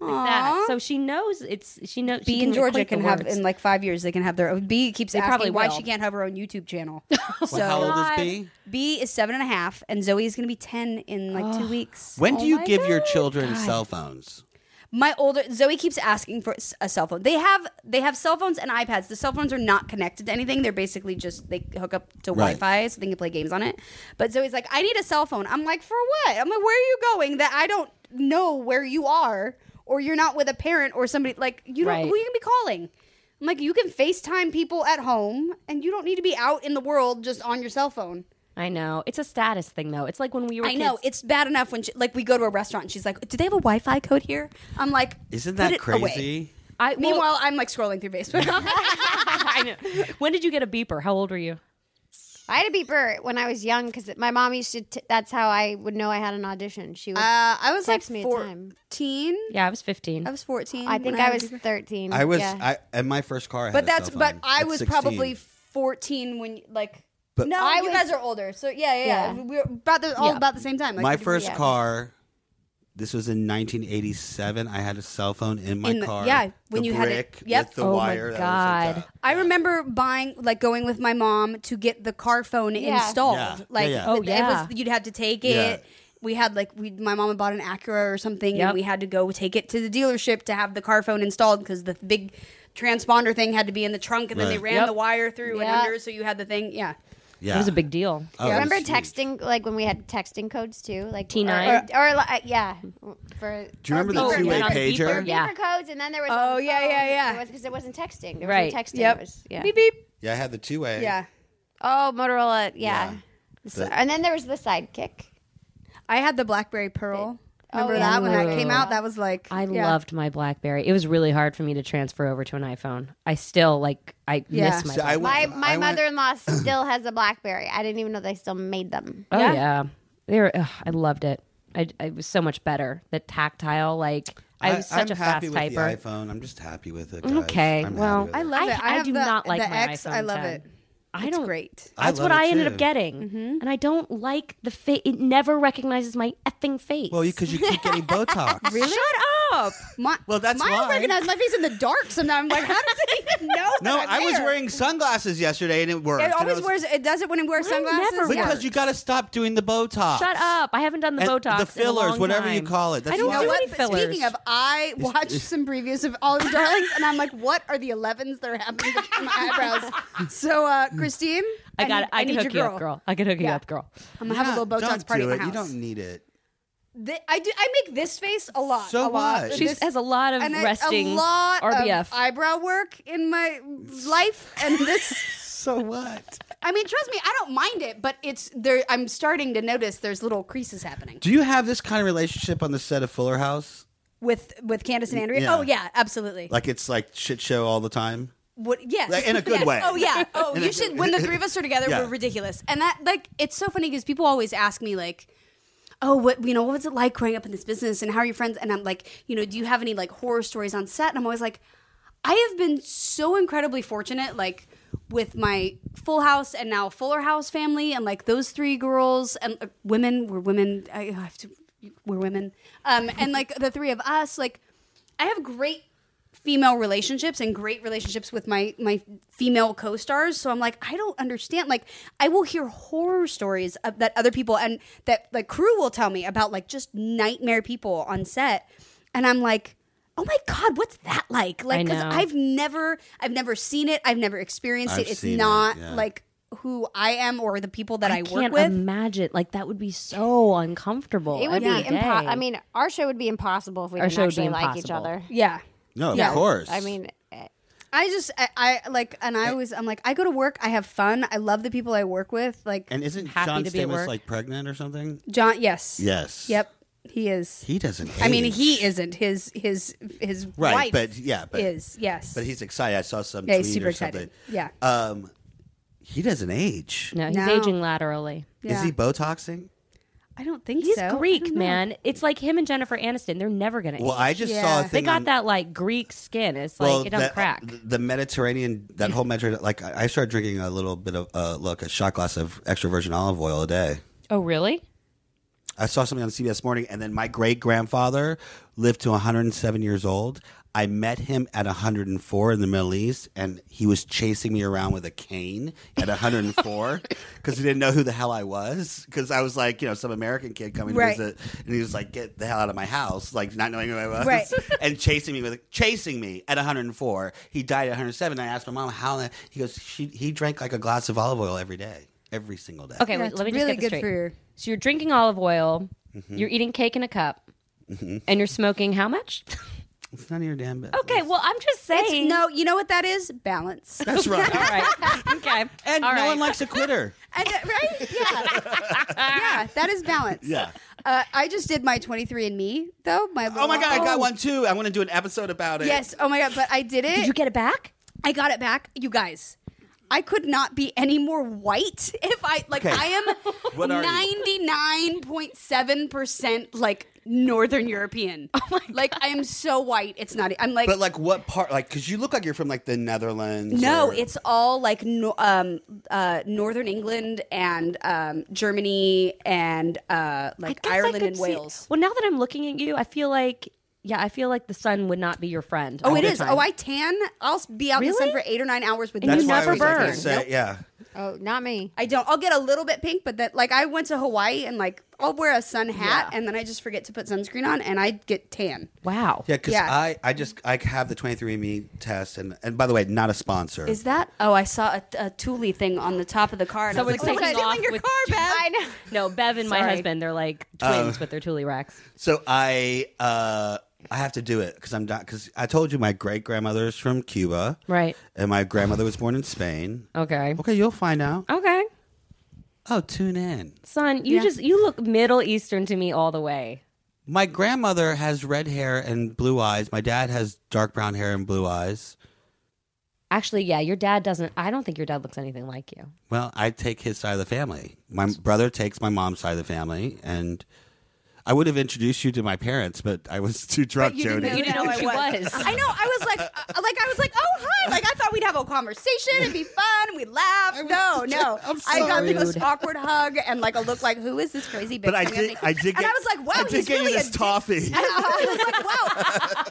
[SPEAKER 1] Like that. So she knows it's she knows. she
[SPEAKER 6] B
[SPEAKER 1] can
[SPEAKER 6] and Georgia
[SPEAKER 1] equate the
[SPEAKER 6] can have
[SPEAKER 1] words.
[SPEAKER 6] in like five years. They can have their own. B keeps asking
[SPEAKER 1] probably
[SPEAKER 6] why
[SPEAKER 1] will.
[SPEAKER 6] she can't have her own YouTube channel. so
[SPEAKER 2] Well, how old is B?
[SPEAKER 6] B is seven and a half, and Zoe is going to be ten in like two weeks.
[SPEAKER 2] Ah. When do you give your children cell phones?
[SPEAKER 6] My older Zoe keeps asking for s- a cell phone. They have they have cell phones and iPads. The cell phones are not connected to anything. They're basically just they hook up to
[SPEAKER 2] Right.
[SPEAKER 6] Wi-Fi so they can play games on it. But Zoe's like, I need a cell phone. I'm like, for what? I'm like, where are you going? That I don't know where you are, or you're not with a parent or somebody like you. Don't,
[SPEAKER 1] Right.
[SPEAKER 6] Who are you gonna be calling? I'm like, you can FaceTime people at home, and you don't need to be out in the world just on your cell phone.
[SPEAKER 1] I know. It's a status thing though. It's like when we were.
[SPEAKER 6] I know
[SPEAKER 1] kids.
[SPEAKER 6] it's bad enough when she, like we go to a restaurant and she's like, "Do they have a Wi-Fi code here?" I'm like,
[SPEAKER 2] Isn't
[SPEAKER 6] "Put
[SPEAKER 2] that
[SPEAKER 6] it away."
[SPEAKER 2] crazy?
[SPEAKER 1] I, well,
[SPEAKER 6] Meanwhile, I'm like scrolling through Facebook.
[SPEAKER 1] I know. When did you get a beeper? How old were you?
[SPEAKER 5] I had a beeper when I was young because my mom used to. T- that's how I would know I had an audition. She would.
[SPEAKER 6] Uh, I was
[SPEAKER 5] Text
[SPEAKER 6] like
[SPEAKER 5] me a time.
[SPEAKER 6] 14.
[SPEAKER 1] Yeah, I was 15.
[SPEAKER 6] I was 14.
[SPEAKER 5] I
[SPEAKER 6] when
[SPEAKER 5] think
[SPEAKER 6] had
[SPEAKER 5] I
[SPEAKER 6] a
[SPEAKER 5] was
[SPEAKER 6] beeper.
[SPEAKER 5] thirteen.
[SPEAKER 2] I was
[SPEAKER 5] Yeah.
[SPEAKER 2] I in my first car. I had
[SPEAKER 6] Mm, But
[SPEAKER 2] a
[SPEAKER 6] that's
[SPEAKER 2] cell
[SPEAKER 6] but
[SPEAKER 2] phone
[SPEAKER 6] I
[SPEAKER 2] at
[SPEAKER 6] was
[SPEAKER 2] 16.
[SPEAKER 6] probably 14 when like
[SPEAKER 2] But-
[SPEAKER 6] no,
[SPEAKER 5] I
[SPEAKER 6] you
[SPEAKER 5] was-
[SPEAKER 6] guys are older. So yeah, yeah, yeah.
[SPEAKER 5] Yeah.
[SPEAKER 6] We're about the, all
[SPEAKER 1] Yeah.
[SPEAKER 6] about the same time. Like,
[SPEAKER 2] my
[SPEAKER 6] we were-
[SPEAKER 2] first
[SPEAKER 5] yeah.
[SPEAKER 2] car. This was in 1987. I had a cell phone in my
[SPEAKER 6] In the-
[SPEAKER 2] car.
[SPEAKER 6] yeah, when you had it-
[SPEAKER 2] brick
[SPEAKER 6] yep.
[SPEAKER 2] with the
[SPEAKER 1] Oh my
[SPEAKER 2] wire. that was hooked
[SPEAKER 1] God.
[SPEAKER 2] up.
[SPEAKER 6] I remember buying like going with my mom to get the car phone
[SPEAKER 5] Yeah.
[SPEAKER 6] installed.
[SPEAKER 2] Yeah. Yeah,
[SPEAKER 6] Like
[SPEAKER 2] yeah.
[SPEAKER 1] Oh,
[SPEAKER 6] it
[SPEAKER 1] yeah.
[SPEAKER 6] was you'd have to take it.
[SPEAKER 2] Yeah.
[SPEAKER 6] We had like we my mom had bought an Acura or something
[SPEAKER 1] Yep.
[SPEAKER 6] and we had to go take it to the dealership to have the car phone installed cuz the big transponder thing had to be in the trunk and then they
[SPEAKER 2] Right.
[SPEAKER 6] ran
[SPEAKER 1] Yep.
[SPEAKER 6] the wire through and
[SPEAKER 5] Yeah.
[SPEAKER 6] under so you had the thing. Yeah.
[SPEAKER 2] Yeah,
[SPEAKER 1] It was a big deal.
[SPEAKER 2] Oh, it
[SPEAKER 5] Remember
[SPEAKER 2] was huge.
[SPEAKER 5] texting, like when we had texting codes too, like
[SPEAKER 1] T9?
[SPEAKER 5] or, or, or, like, yeah. For
[SPEAKER 2] Do you remember
[SPEAKER 1] Oh,
[SPEAKER 2] the
[SPEAKER 1] yeah.
[SPEAKER 2] two-way
[SPEAKER 1] On the beeper?
[SPEAKER 2] pager?
[SPEAKER 1] Yeah.
[SPEAKER 5] paper codes, and then there was
[SPEAKER 6] Oh,
[SPEAKER 5] on the
[SPEAKER 6] yeah,
[SPEAKER 5] phone,
[SPEAKER 6] yeah, yeah.
[SPEAKER 5] there was- 'cause it wasn't texting, there
[SPEAKER 1] Right.
[SPEAKER 5] was no texting.
[SPEAKER 6] Yep.
[SPEAKER 5] It was, yeah.
[SPEAKER 6] Beep beep.
[SPEAKER 2] Yeah, I had the two-way.
[SPEAKER 6] Yeah.
[SPEAKER 5] Oh, Motorola, yeah.
[SPEAKER 2] Yeah.
[SPEAKER 5] So-
[SPEAKER 2] The-
[SPEAKER 5] and then there was the sidekick.
[SPEAKER 6] I had the BlackBerry Pearl.
[SPEAKER 5] Oh,
[SPEAKER 6] Remember
[SPEAKER 5] yeah.
[SPEAKER 6] that when that came out? That was like
[SPEAKER 1] I
[SPEAKER 6] yeah.
[SPEAKER 1] loved my BlackBerry. It was really hard for me to transfer over to an iPhone. I still like I
[SPEAKER 6] Yeah.
[SPEAKER 1] miss my.
[SPEAKER 2] So I
[SPEAKER 5] My
[SPEAKER 2] went,
[SPEAKER 5] my
[SPEAKER 2] I went-
[SPEAKER 5] mother-in-law still has a BlackBerry. I didn't even know they still made them.
[SPEAKER 1] oh yeah, they were. Ugh, I loved it. I, I was so much better. The tactile, like I, was
[SPEAKER 2] I'm
[SPEAKER 1] such a fast
[SPEAKER 2] happy with the
[SPEAKER 1] typer.
[SPEAKER 2] iPhone. I'm just happy with it. guys.
[SPEAKER 1] Okay,
[SPEAKER 2] I'm happy
[SPEAKER 1] well,
[SPEAKER 2] with
[SPEAKER 6] I
[SPEAKER 2] it.
[SPEAKER 6] love it. I,
[SPEAKER 1] I
[SPEAKER 6] have
[SPEAKER 1] do
[SPEAKER 6] the,
[SPEAKER 1] not like
[SPEAKER 6] the
[SPEAKER 1] my
[SPEAKER 6] X.
[SPEAKER 1] iPhone
[SPEAKER 6] I love
[SPEAKER 1] 10.
[SPEAKER 6] it.
[SPEAKER 1] I
[SPEAKER 6] It's
[SPEAKER 1] don't.
[SPEAKER 6] great.
[SPEAKER 2] I
[SPEAKER 1] That's
[SPEAKER 2] love
[SPEAKER 1] what
[SPEAKER 2] it
[SPEAKER 1] I ended up
[SPEAKER 2] too.
[SPEAKER 1] getting, and I don't like the face. It never recognizes my effing face.
[SPEAKER 2] Well, because you keep getting Botox.
[SPEAKER 6] Shut up. My,
[SPEAKER 2] Well, that's
[SPEAKER 6] mine.
[SPEAKER 2] why.
[SPEAKER 6] I recognize my face in the dark sometimes. I'm like, how does it even know? that
[SPEAKER 2] No,
[SPEAKER 6] I'm
[SPEAKER 2] I was
[SPEAKER 6] there?
[SPEAKER 2] wearing sunglasses yesterday, and it worked.
[SPEAKER 6] It
[SPEAKER 2] And I
[SPEAKER 6] always
[SPEAKER 2] was-
[SPEAKER 6] wears. It does it when it wears
[SPEAKER 1] Mine
[SPEAKER 6] sunglasses.
[SPEAKER 1] never
[SPEAKER 6] Yeah.
[SPEAKER 2] because you got to stop doing the Botox.
[SPEAKER 1] Shut up! I haven't done the
[SPEAKER 2] And
[SPEAKER 1] Botox,
[SPEAKER 2] the fillers,
[SPEAKER 1] in a long
[SPEAKER 2] whatever you
[SPEAKER 1] time.
[SPEAKER 2] call it. That's
[SPEAKER 1] I don't
[SPEAKER 2] why-
[SPEAKER 1] do
[SPEAKER 2] You know
[SPEAKER 1] any
[SPEAKER 6] But
[SPEAKER 1] fillers.
[SPEAKER 6] Speaking of, I watched some previews of Oliver Darlings, and I'm like, what are the 11s that are happening to my eyebrows? So, uh, Christine,
[SPEAKER 1] I got.
[SPEAKER 6] need-
[SPEAKER 1] it. I, can
[SPEAKER 6] need
[SPEAKER 1] hook you
[SPEAKER 6] your
[SPEAKER 1] up, girl. I can hook you
[SPEAKER 6] Yeah.
[SPEAKER 1] up, girl.
[SPEAKER 6] I'm gonna have a little Botox
[SPEAKER 2] don't
[SPEAKER 6] party
[SPEAKER 2] do
[SPEAKER 6] at
[SPEAKER 2] it.
[SPEAKER 6] my house.
[SPEAKER 2] You don't need it.
[SPEAKER 6] Th- I do. I make this face a lot.
[SPEAKER 2] So
[SPEAKER 6] a lot.
[SPEAKER 2] what?
[SPEAKER 1] She
[SPEAKER 6] This-
[SPEAKER 1] has a lot of
[SPEAKER 6] and I-
[SPEAKER 1] resting
[SPEAKER 6] a lot
[SPEAKER 1] RBF.
[SPEAKER 6] of eyebrow work in my life, and this
[SPEAKER 2] so what?
[SPEAKER 6] I mean, trust me, I don't mind it, but it's there. I'm starting to notice there's little creases happening
[SPEAKER 2] Do you have this kind of relationship on the set of Fuller House?
[SPEAKER 6] with with Candace and Andrea.
[SPEAKER 2] Mm, Yeah.
[SPEAKER 6] Oh yeah, absolutely.
[SPEAKER 2] Like it's like shit show all the time.
[SPEAKER 6] What? Yes,
[SPEAKER 2] Like, in a good
[SPEAKER 6] Yes.
[SPEAKER 2] way.
[SPEAKER 6] Oh yeah. Oh,
[SPEAKER 2] In a
[SPEAKER 6] you
[SPEAKER 2] good-
[SPEAKER 6] should. When the three of us are together,
[SPEAKER 2] Yeah.
[SPEAKER 6] we're ridiculous. And that, like, it's so funny because people always ask me, like, "Oh, what you know? What was it like growing up in this business? And how are your friends?" And I'm like, you know, do you have any like horror stories on set? And I'm always like, I have been so incredibly fortunate, like with my Full House and now Fuller House family, and like those three girls and uh, women. We're women. I have to. We're women. Um, and like the three of us, like. I have great female relationships and great relationships with my my female co-stars so i'm like i don't understand like i will hear horror stories of, that other people and that like crew will tell me about like just nightmare people on set and i'm like oh my god what's that like like because
[SPEAKER 1] know.
[SPEAKER 6] i've never i've never seen it i've never experienced
[SPEAKER 2] I've
[SPEAKER 6] it it's
[SPEAKER 2] seen it,
[SPEAKER 6] not
[SPEAKER 2] yeah.
[SPEAKER 6] like who i am or the people that i, work
[SPEAKER 1] can't
[SPEAKER 6] with
[SPEAKER 1] imagine. Like that would be so uncomfortable.
[SPEAKER 5] It would
[SPEAKER 1] every
[SPEAKER 5] be impo-
[SPEAKER 1] day.
[SPEAKER 5] I mean, our show would be impossible if we
[SPEAKER 1] Our
[SPEAKER 5] didn't
[SPEAKER 1] show would be
[SPEAKER 5] actually like each
[SPEAKER 1] impossible.
[SPEAKER 5] other.
[SPEAKER 6] yeah
[SPEAKER 2] No, of
[SPEAKER 6] Yeah.
[SPEAKER 2] course.
[SPEAKER 5] I mean, eh,
[SPEAKER 6] i just I, I like and i always i'm like i go to work i have fun i love the people i work with like
[SPEAKER 2] and isn't
[SPEAKER 1] happy
[SPEAKER 2] John
[SPEAKER 1] to be at
[SPEAKER 2] Stamos
[SPEAKER 1] work.
[SPEAKER 2] like pregnant or something?
[SPEAKER 6] John, yes.
[SPEAKER 2] Yes.
[SPEAKER 6] Yep, he is.
[SPEAKER 2] He doesn't.
[SPEAKER 6] I mean,
[SPEAKER 2] age.
[SPEAKER 6] he isn't. His his his
[SPEAKER 2] Right,
[SPEAKER 6] wife
[SPEAKER 2] but yeah, but
[SPEAKER 6] is yes.
[SPEAKER 2] But he's excited. I saw some.
[SPEAKER 6] yeah,
[SPEAKER 2] tweet
[SPEAKER 6] he's super
[SPEAKER 2] or Something.
[SPEAKER 6] excited. Yeah.
[SPEAKER 2] Um, he doesn't age.
[SPEAKER 1] no, he's
[SPEAKER 6] No.
[SPEAKER 1] aging laterally.
[SPEAKER 6] yeah.
[SPEAKER 2] Is he botoxing?
[SPEAKER 6] I don't think
[SPEAKER 1] He's
[SPEAKER 6] so. I
[SPEAKER 1] Greek,
[SPEAKER 6] don't know.
[SPEAKER 1] man. It's like him and Jennifer Aniston. They're never gonna.
[SPEAKER 2] Well,
[SPEAKER 1] age.
[SPEAKER 2] I just
[SPEAKER 6] Yeah.
[SPEAKER 2] saw a
[SPEAKER 6] They
[SPEAKER 2] thing.
[SPEAKER 1] they got
[SPEAKER 2] on-
[SPEAKER 1] that like Greek skin. It's like
[SPEAKER 2] Well,
[SPEAKER 1] it don't
[SPEAKER 2] that- uh,
[SPEAKER 1] crack.
[SPEAKER 2] The Mediterranean, that whole Mediterranean. Like I I started drinking a little bit of uh, look a shot glass of extra virgin olive oil a day.
[SPEAKER 1] oh, really?
[SPEAKER 2] I saw something on CBS Morning, and then my great grandfather lived to 107 years old. I met him at 104 in the Middle East, and he was chasing me around with a cane at 104 because he didn't know who the hell I was. Because I was like, you know, some American kid coming
[SPEAKER 6] Right.
[SPEAKER 2] to visit, and he was like, "Get the hell out of my house!" Like not knowing who I was,
[SPEAKER 6] Right.
[SPEAKER 2] and chasing me with chasing me at 104. He died at 107. I asked my mom how. the- He goes, she, "He drank like a glass of olive oil every day, every single day."
[SPEAKER 1] Okay, wait,
[SPEAKER 6] That's
[SPEAKER 1] let me just
[SPEAKER 6] really
[SPEAKER 1] get this
[SPEAKER 6] good
[SPEAKER 1] straight.
[SPEAKER 6] for your-
[SPEAKER 1] So you're drinking olive oil. You're eating cake in a cup. And you're smoking how much?
[SPEAKER 2] it's none of your damn business.
[SPEAKER 1] Okay, well, I'm just saying.
[SPEAKER 6] It's- no, you know what that is? Balance.
[SPEAKER 2] that's right.
[SPEAKER 1] All right. Okay.
[SPEAKER 2] And
[SPEAKER 1] All
[SPEAKER 2] no
[SPEAKER 1] right.
[SPEAKER 2] one likes a quitter.
[SPEAKER 6] And, uh, right? Yeah. yeah, that is balance.
[SPEAKER 2] Yeah.
[SPEAKER 6] Uh, I just did my 23andMe though. My
[SPEAKER 2] oh my god, I got one too. I want to do an episode about it.
[SPEAKER 6] Yes. Oh my god! But I did it.
[SPEAKER 1] Did you get it back?
[SPEAKER 6] I got it back. You guys, I could not be any more white if I like
[SPEAKER 2] Okay.
[SPEAKER 6] I am
[SPEAKER 2] What are you?
[SPEAKER 6] ninety nine point seven percent like Northern European. Oh my Like I am so white. It's not. e, I'm like.
[SPEAKER 2] But like, what part? Like, because you look like you're from like the Netherlands.
[SPEAKER 6] no,
[SPEAKER 2] or-
[SPEAKER 6] it's all like no, um, uh, Northern England and um, Germany and uh, like
[SPEAKER 1] guess I
[SPEAKER 6] Ireland
[SPEAKER 1] could
[SPEAKER 6] and
[SPEAKER 1] see-
[SPEAKER 6] Wales.
[SPEAKER 1] Well, now that I'm looking at you, I feel like yeah, I feel like the sun would not be your friend.
[SPEAKER 6] Oh,
[SPEAKER 1] all
[SPEAKER 6] it
[SPEAKER 1] the
[SPEAKER 6] is.
[SPEAKER 1] time.
[SPEAKER 6] Oh, I tan. I'll be out in the sun
[SPEAKER 1] Really?
[SPEAKER 6] for eight or nine hours with
[SPEAKER 1] you
[SPEAKER 2] That's
[SPEAKER 6] no
[SPEAKER 2] why I
[SPEAKER 1] never
[SPEAKER 2] was, like,
[SPEAKER 1] burn.
[SPEAKER 2] gonna say- yeah.
[SPEAKER 5] oh, not me.
[SPEAKER 6] I don't. I'll get a little bit pink, but that like I went to Hawaii and like I'll wear a sun hat and then I just forget to put sunscreen on and I get tan.
[SPEAKER 1] wow.
[SPEAKER 2] Yeah, because
[SPEAKER 6] Yeah.
[SPEAKER 2] I, I just I have the 23andMe test, and and by the way, not a sponsor.
[SPEAKER 6] Is that? Oh, I saw a, a Thule thing on the top of the car. And I was
[SPEAKER 1] Someone's
[SPEAKER 6] like,
[SPEAKER 1] taking
[SPEAKER 6] someone's stealing
[SPEAKER 1] off
[SPEAKER 6] your
[SPEAKER 1] with-
[SPEAKER 6] car, Bev. I know.
[SPEAKER 1] No, Bev and my
[SPEAKER 6] Sorry.
[SPEAKER 1] husband, they're like twins with their Thule racks.
[SPEAKER 2] so I uh I have to do it because I'm not because I told you my great grandmother's from Cuba,
[SPEAKER 1] Right.
[SPEAKER 2] And my grandmother was born in Spain.
[SPEAKER 1] Okay.
[SPEAKER 2] Okay, you'll find out.
[SPEAKER 1] Okay.
[SPEAKER 2] Oh, tune in.
[SPEAKER 1] Son, you just you look Middle Eastern to me all the way.
[SPEAKER 2] My grandmother has red hair and blue eyes. My dad has dark brown hair and blue eyes.
[SPEAKER 1] Actually, yeah, your dad doesn't I don't think your dad looks anything like you.
[SPEAKER 2] Well, I take his side of the family. My brother takes my mom's side of the family, and I would have introduced you to my parents, but I was too drunk,
[SPEAKER 6] You
[SPEAKER 2] Jody.
[SPEAKER 6] didn't,
[SPEAKER 1] You didn't know
[SPEAKER 6] who
[SPEAKER 1] who
[SPEAKER 6] I
[SPEAKER 1] she was.
[SPEAKER 6] I know. I was like, uh, like I was like, oh hi. Like I thought we'd have a conversation. It'd be fun. and We'd laugh. No, no.
[SPEAKER 2] I'm
[SPEAKER 6] I got the
[SPEAKER 1] sorry.
[SPEAKER 6] most
[SPEAKER 1] Rude.
[SPEAKER 6] awkward hug and like a look like, who is this crazy bitch?
[SPEAKER 2] But I
[SPEAKER 6] I'm gonna
[SPEAKER 2] did.
[SPEAKER 6] make-
[SPEAKER 2] I did.
[SPEAKER 6] And
[SPEAKER 2] Get,
[SPEAKER 6] I was like, wow,
[SPEAKER 2] I did
[SPEAKER 6] he's
[SPEAKER 2] get
[SPEAKER 6] really
[SPEAKER 2] you this
[SPEAKER 6] a dick.
[SPEAKER 2] toffee.
[SPEAKER 6] And I was like,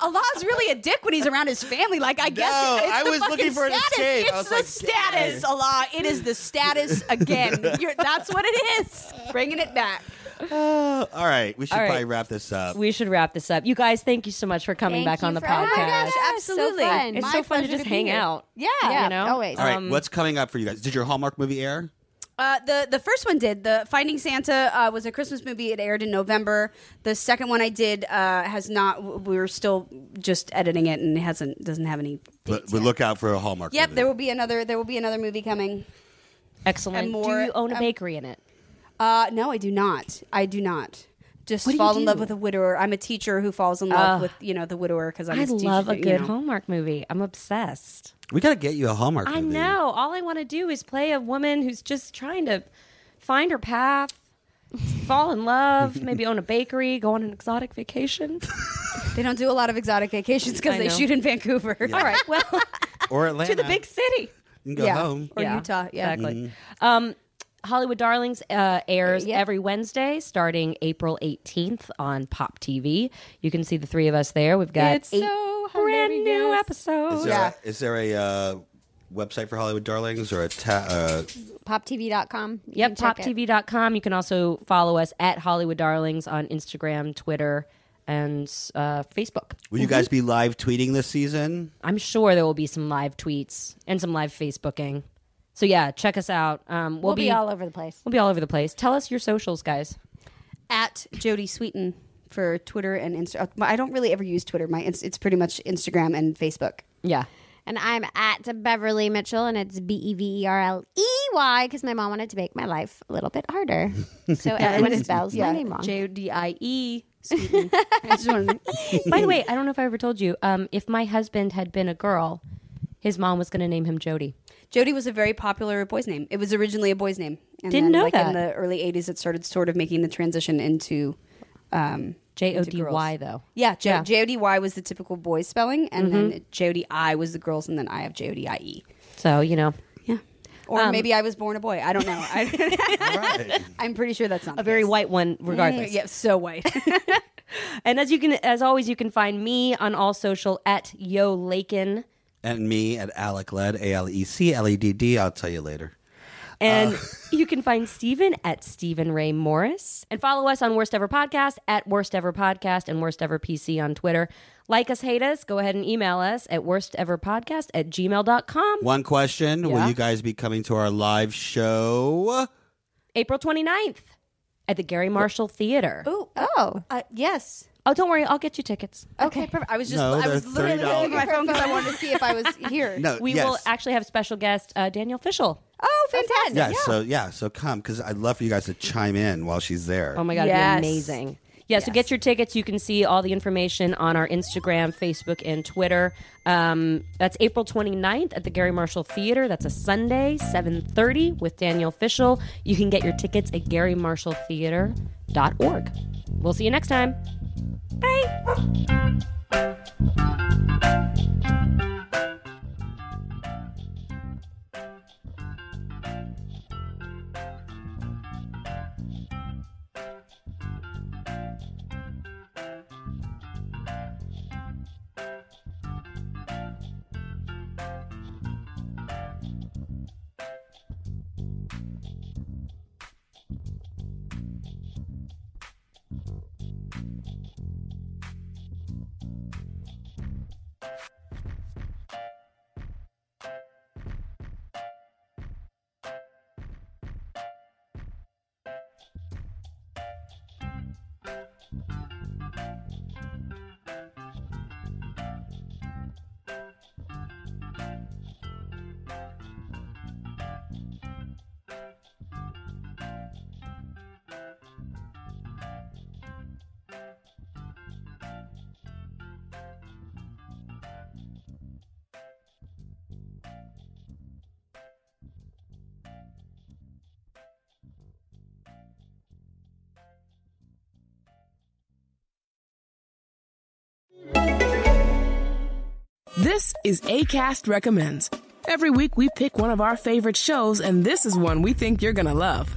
[SPEAKER 6] wow, Allah's really a dick when he's around his family. Like, I guess
[SPEAKER 2] No,
[SPEAKER 6] it's
[SPEAKER 2] I
[SPEAKER 6] the
[SPEAKER 2] was
[SPEAKER 6] fucking
[SPEAKER 2] looking for an
[SPEAKER 6] status.
[SPEAKER 2] escape. I
[SPEAKER 6] It's
[SPEAKER 2] was
[SPEAKER 6] the
[SPEAKER 2] like,
[SPEAKER 6] status,
[SPEAKER 2] yes.
[SPEAKER 6] Allah. It is the status again. You're, that's what it is. Bringing it back.
[SPEAKER 2] Oh, all right, we should
[SPEAKER 1] All right.
[SPEAKER 2] probably wrap this up.
[SPEAKER 1] We should wrap this up. You guys, thank you so much for coming
[SPEAKER 5] Thank
[SPEAKER 1] back
[SPEAKER 5] you
[SPEAKER 1] on the
[SPEAKER 5] for
[SPEAKER 1] podcast.
[SPEAKER 5] having us.
[SPEAKER 6] Absolutely.
[SPEAKER 5] So fun.
[SPEAKER 1] It's
[SPEAKER 6] My
[SPEAKER 1] so fun to
[SPEAKER 6] pleasure
[SPEAKER 1] just
[SPEAKER 6] be
[SPEAKER 1] hang
[SPEAKER 6] here.
[SPEAKER 1] out.
[SPEAKER 6] Yeah.
[SPEAKER 5] yeah,
[SPEAKER 1] know?
[SPEAKER 5] always.
[SPEAKER 2] all right, what's coming up for you guys? Did your Hallmark movie air?
[SPEAKER 6] Uh, the the first one did. The Finding Santa uh, was a Christmas movie. It aired in November. The second one I did uh, has not. w- We're still just editing it, and it hasn't doesn't have any.
[SPEAKER 2] But,
[SPEAKER 6] Dates
[SPEAKER 2] but
[SPEAKER 6] yet.
[SPEAKER 2] look out for a Hallmark.
[SPEAKER 6] Yep,
[SPEAKER 2] movie.
[SPEAKER 6] there will be another. There will be another movie coming.
[SPEAKER 1] Excellent.
[SPEAKER 6] And more-
[SPEAKER 1] Do you own a
[SPEAKER 6] um,
[SPEAKER 1] bakery in it?
[SPEAKER 6] Uh, no, I do not. I do not. Just
[SPEAKER 1] What do you
[SPEAKER 6] fall in love
[SPEAKER 1] do?
[SPEAKER 6] with a widower. I'm a teacher who falls in love with you know the widower because I'm
[SPEAKER 1] I
[SPEAKER 6] a teacher.
[SPEAKER 1] love a
[SPEAKER 6] you
[SPEAKER 1] good
[SPEAKER 6] know.
[SPEAKER 1] Hallmark movie. I'm obsessed.
[SPEAKER 2] we got to get you a Hallmark.
[SPEAKER 1] I
[SPEAKER 2] movie.
[SPEAKER 1] know. All I want to do is play a woman who's just trying to find her path, fall in love, maybe own a bakery, go on an exotic vacation.
[SPEAKER 6] They don't do a lot of exotic vacations because
[SPEAKER 1] I
[SPEAKER 6] they
[SPEAKER 1] know.
[SPEAKER 6] shoot in Vancouver.
[SPEAKER 1] All right. Well,
[SPEAKER 2] Or Atlanta.
[SPEAKER 1] to the big city.
[SPEAKER 2] You can go
[SPEAKER 6] Yeah.
[SPEAKER 2] home.
[SPEAKER 6] Or Utah, yeah.
[SPEAKER 1] Exactly. Um, Hollywood Darlings uh, airs every Wednesday starting April 18th on Pop TV. You can see the three of us there. We've got
[SPEAKER 5] It's
[SPEAKER 1] eight
[SPEAKER 5] so
[SPEAKER 1] brand new
[SPEAKER 5] hilarious.
[SPEAKER 2] Is
[SPEAKER 1] episodes.
[SPEAKER 2] there a, is there a uh, website for Hollywood Darlings or a ta- uh,
[SPEAKER 3] poptv.com. You
[SPEAKER 1] Yep,
[SPEAKER 3] can check it.
[SPEAKER 1] poptv.com. You can also follow us at Hollywood Darlings on Instagram, Twitter, and uh, Facebook.
[SPEAKER 2] Will you guys be live tweeting this season?
[SPEAKER 1] I'm sure there will be some live tweets and some live Facebooking. So yeah, check us out. Um, we'll,
[SPEAKER 3] We'll be all over the place.
[SPEAKER 1] We'll be all over the place. Tell us your socials, guys.
[SPEAKER 6] at Jody Sweeten for Twitter and Instagram. I don't really ever use Twitter. My it's, it's pretty much Instagram and Facebook.
[SPEAKER 1] Yeah.
[SPEAKER 3] And I'm at Beverly Mitchell, and it's B E V E R L E Y because my mom wanted to make my life a little bit harder. So everyone spells my name wrong.
[SPEAKER 5] J D I E.
[SPEAKER 6] I just wanted
[SPEAKER 1] By the way, I don't know if I ever told you. Um, if my husband had been a girl, his mom was going to name him Jody.
[SPEAKER 6] Jody was a very popular boy's name. It was originally a boy's name. And
[SPEAKER 1] Didn't
[SPEAKER 6] then,
[SPEAKER 1] know
[SPEAKER 6] like, In
[SPEAKER 1] that.
[SPEAKER 6] the early '80s, it started sort of making the transition into. Um,
[SPEAKER 1] J O D Y though.
[SPEAKER 6] yeah, J-
[SPEAKER 1] Yeah. Mm-hmm.
[SPEAKER 6] J O D Y was the typical boys spelling, and then J O D I was the girls, and then I have J O D I E.
[SPEAKER 1] So you know,
[SPEAKER 6] Yeah, or
[SPEAKER 1] Um,
[SPEAKER 6] maybe I was born a boy. I don't know. I,
[SPEAKER 2] All right.
[SPEAKER 6] I'm pretty sure that's not
[SPEAKER 1] a very white one, regardless.
[SPEAKER 6] Yeah, so white.
[SPEAKER 1] And as you can, as always, you can find me on all social at Yo Lakin.
[SPEAKER 2] and me at Alec Led, A L E C L E D D. I'll tell you later.
[SPEAKER 1] And you can find Steven at Stephen Ray Morris. And follow us on Worst Ever Podcast at Worst Ever Podcast and Worst Ever PC on Twitter. Like us, hate us, go ahead and email us at worsteverpodcast at gmail.com.
[SPEAKER 2] One question Will you guys be coming to our live show?
[SPEAKER 1] April 29th at the Gary Marshall Theater.
[SPEAKER 6] Ooh, oh, uh, yes.
[SPEAKER 1] Oh, don't worry, I'll get you tickets.
[SPEAKER 6] Okay, perfect. I was just
[SPEAKER 2] No,
[SPEAKER 6] I was
[SPEAKER 2] they're
[SPEAKER 6] literally looking at my
[SPEAKER 2] $30.
[SPEAKER 6] phone because I wanted to see if I was here.
[SPEAKER 2] No,
[SPEAKER 1] We
[SPEAKER 2] yes.
[SPEAKER 1] will actually have special guest uh, Daniel Fishel.
[SPEAKER 6] Oh, fantastic!
[SPEAKER 2] Yes, so yeah, so come because I'd love for you guys to chime in while she's there.
[SPEAKER 1] Oh my god,
[SPEAKER 6] Yes.
[SPEAKER 1] it'd be amazing. Yeah, so get your tickets. You can see all the information on our Instagram, Facebook, and Twitter. Um, that's April 29th at the Gary Marshall Theater. That's a Sunday, 7.30 with Daniel Fishel. You can get your tickets at garymarshalltheater.org. We'll see you next time. Bye.
[SPEAKER 8] This is ACAST Recommends. Every week we pick one of our favorite shows, and this is one we think you're gonna love.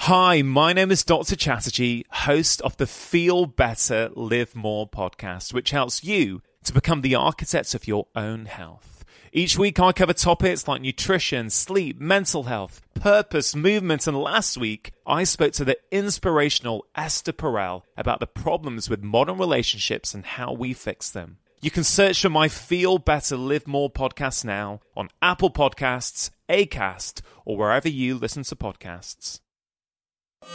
[SPEAKER 9] Hi, my name is Dr. Chatterjee, host of the Feel Better, Live More podcast, which helps you to become the architects of your own health. Each week, I cover topics like nutrition, sleep, mental health, purpose, movement, and last week, I spoke to the inspirational Esther Perel about the problems with modern relationships and how we fix them. You can search for my Feel Better, Live More podcast now on Apple Podcasts, ACAST, or wherever you listen to podcasts.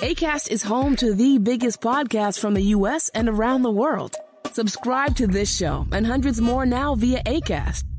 [SPEAKER 8] ACAST is home to the biggest podcasts from the U.S. and around the world. Subscribe to this show and hundreds more now via ACAST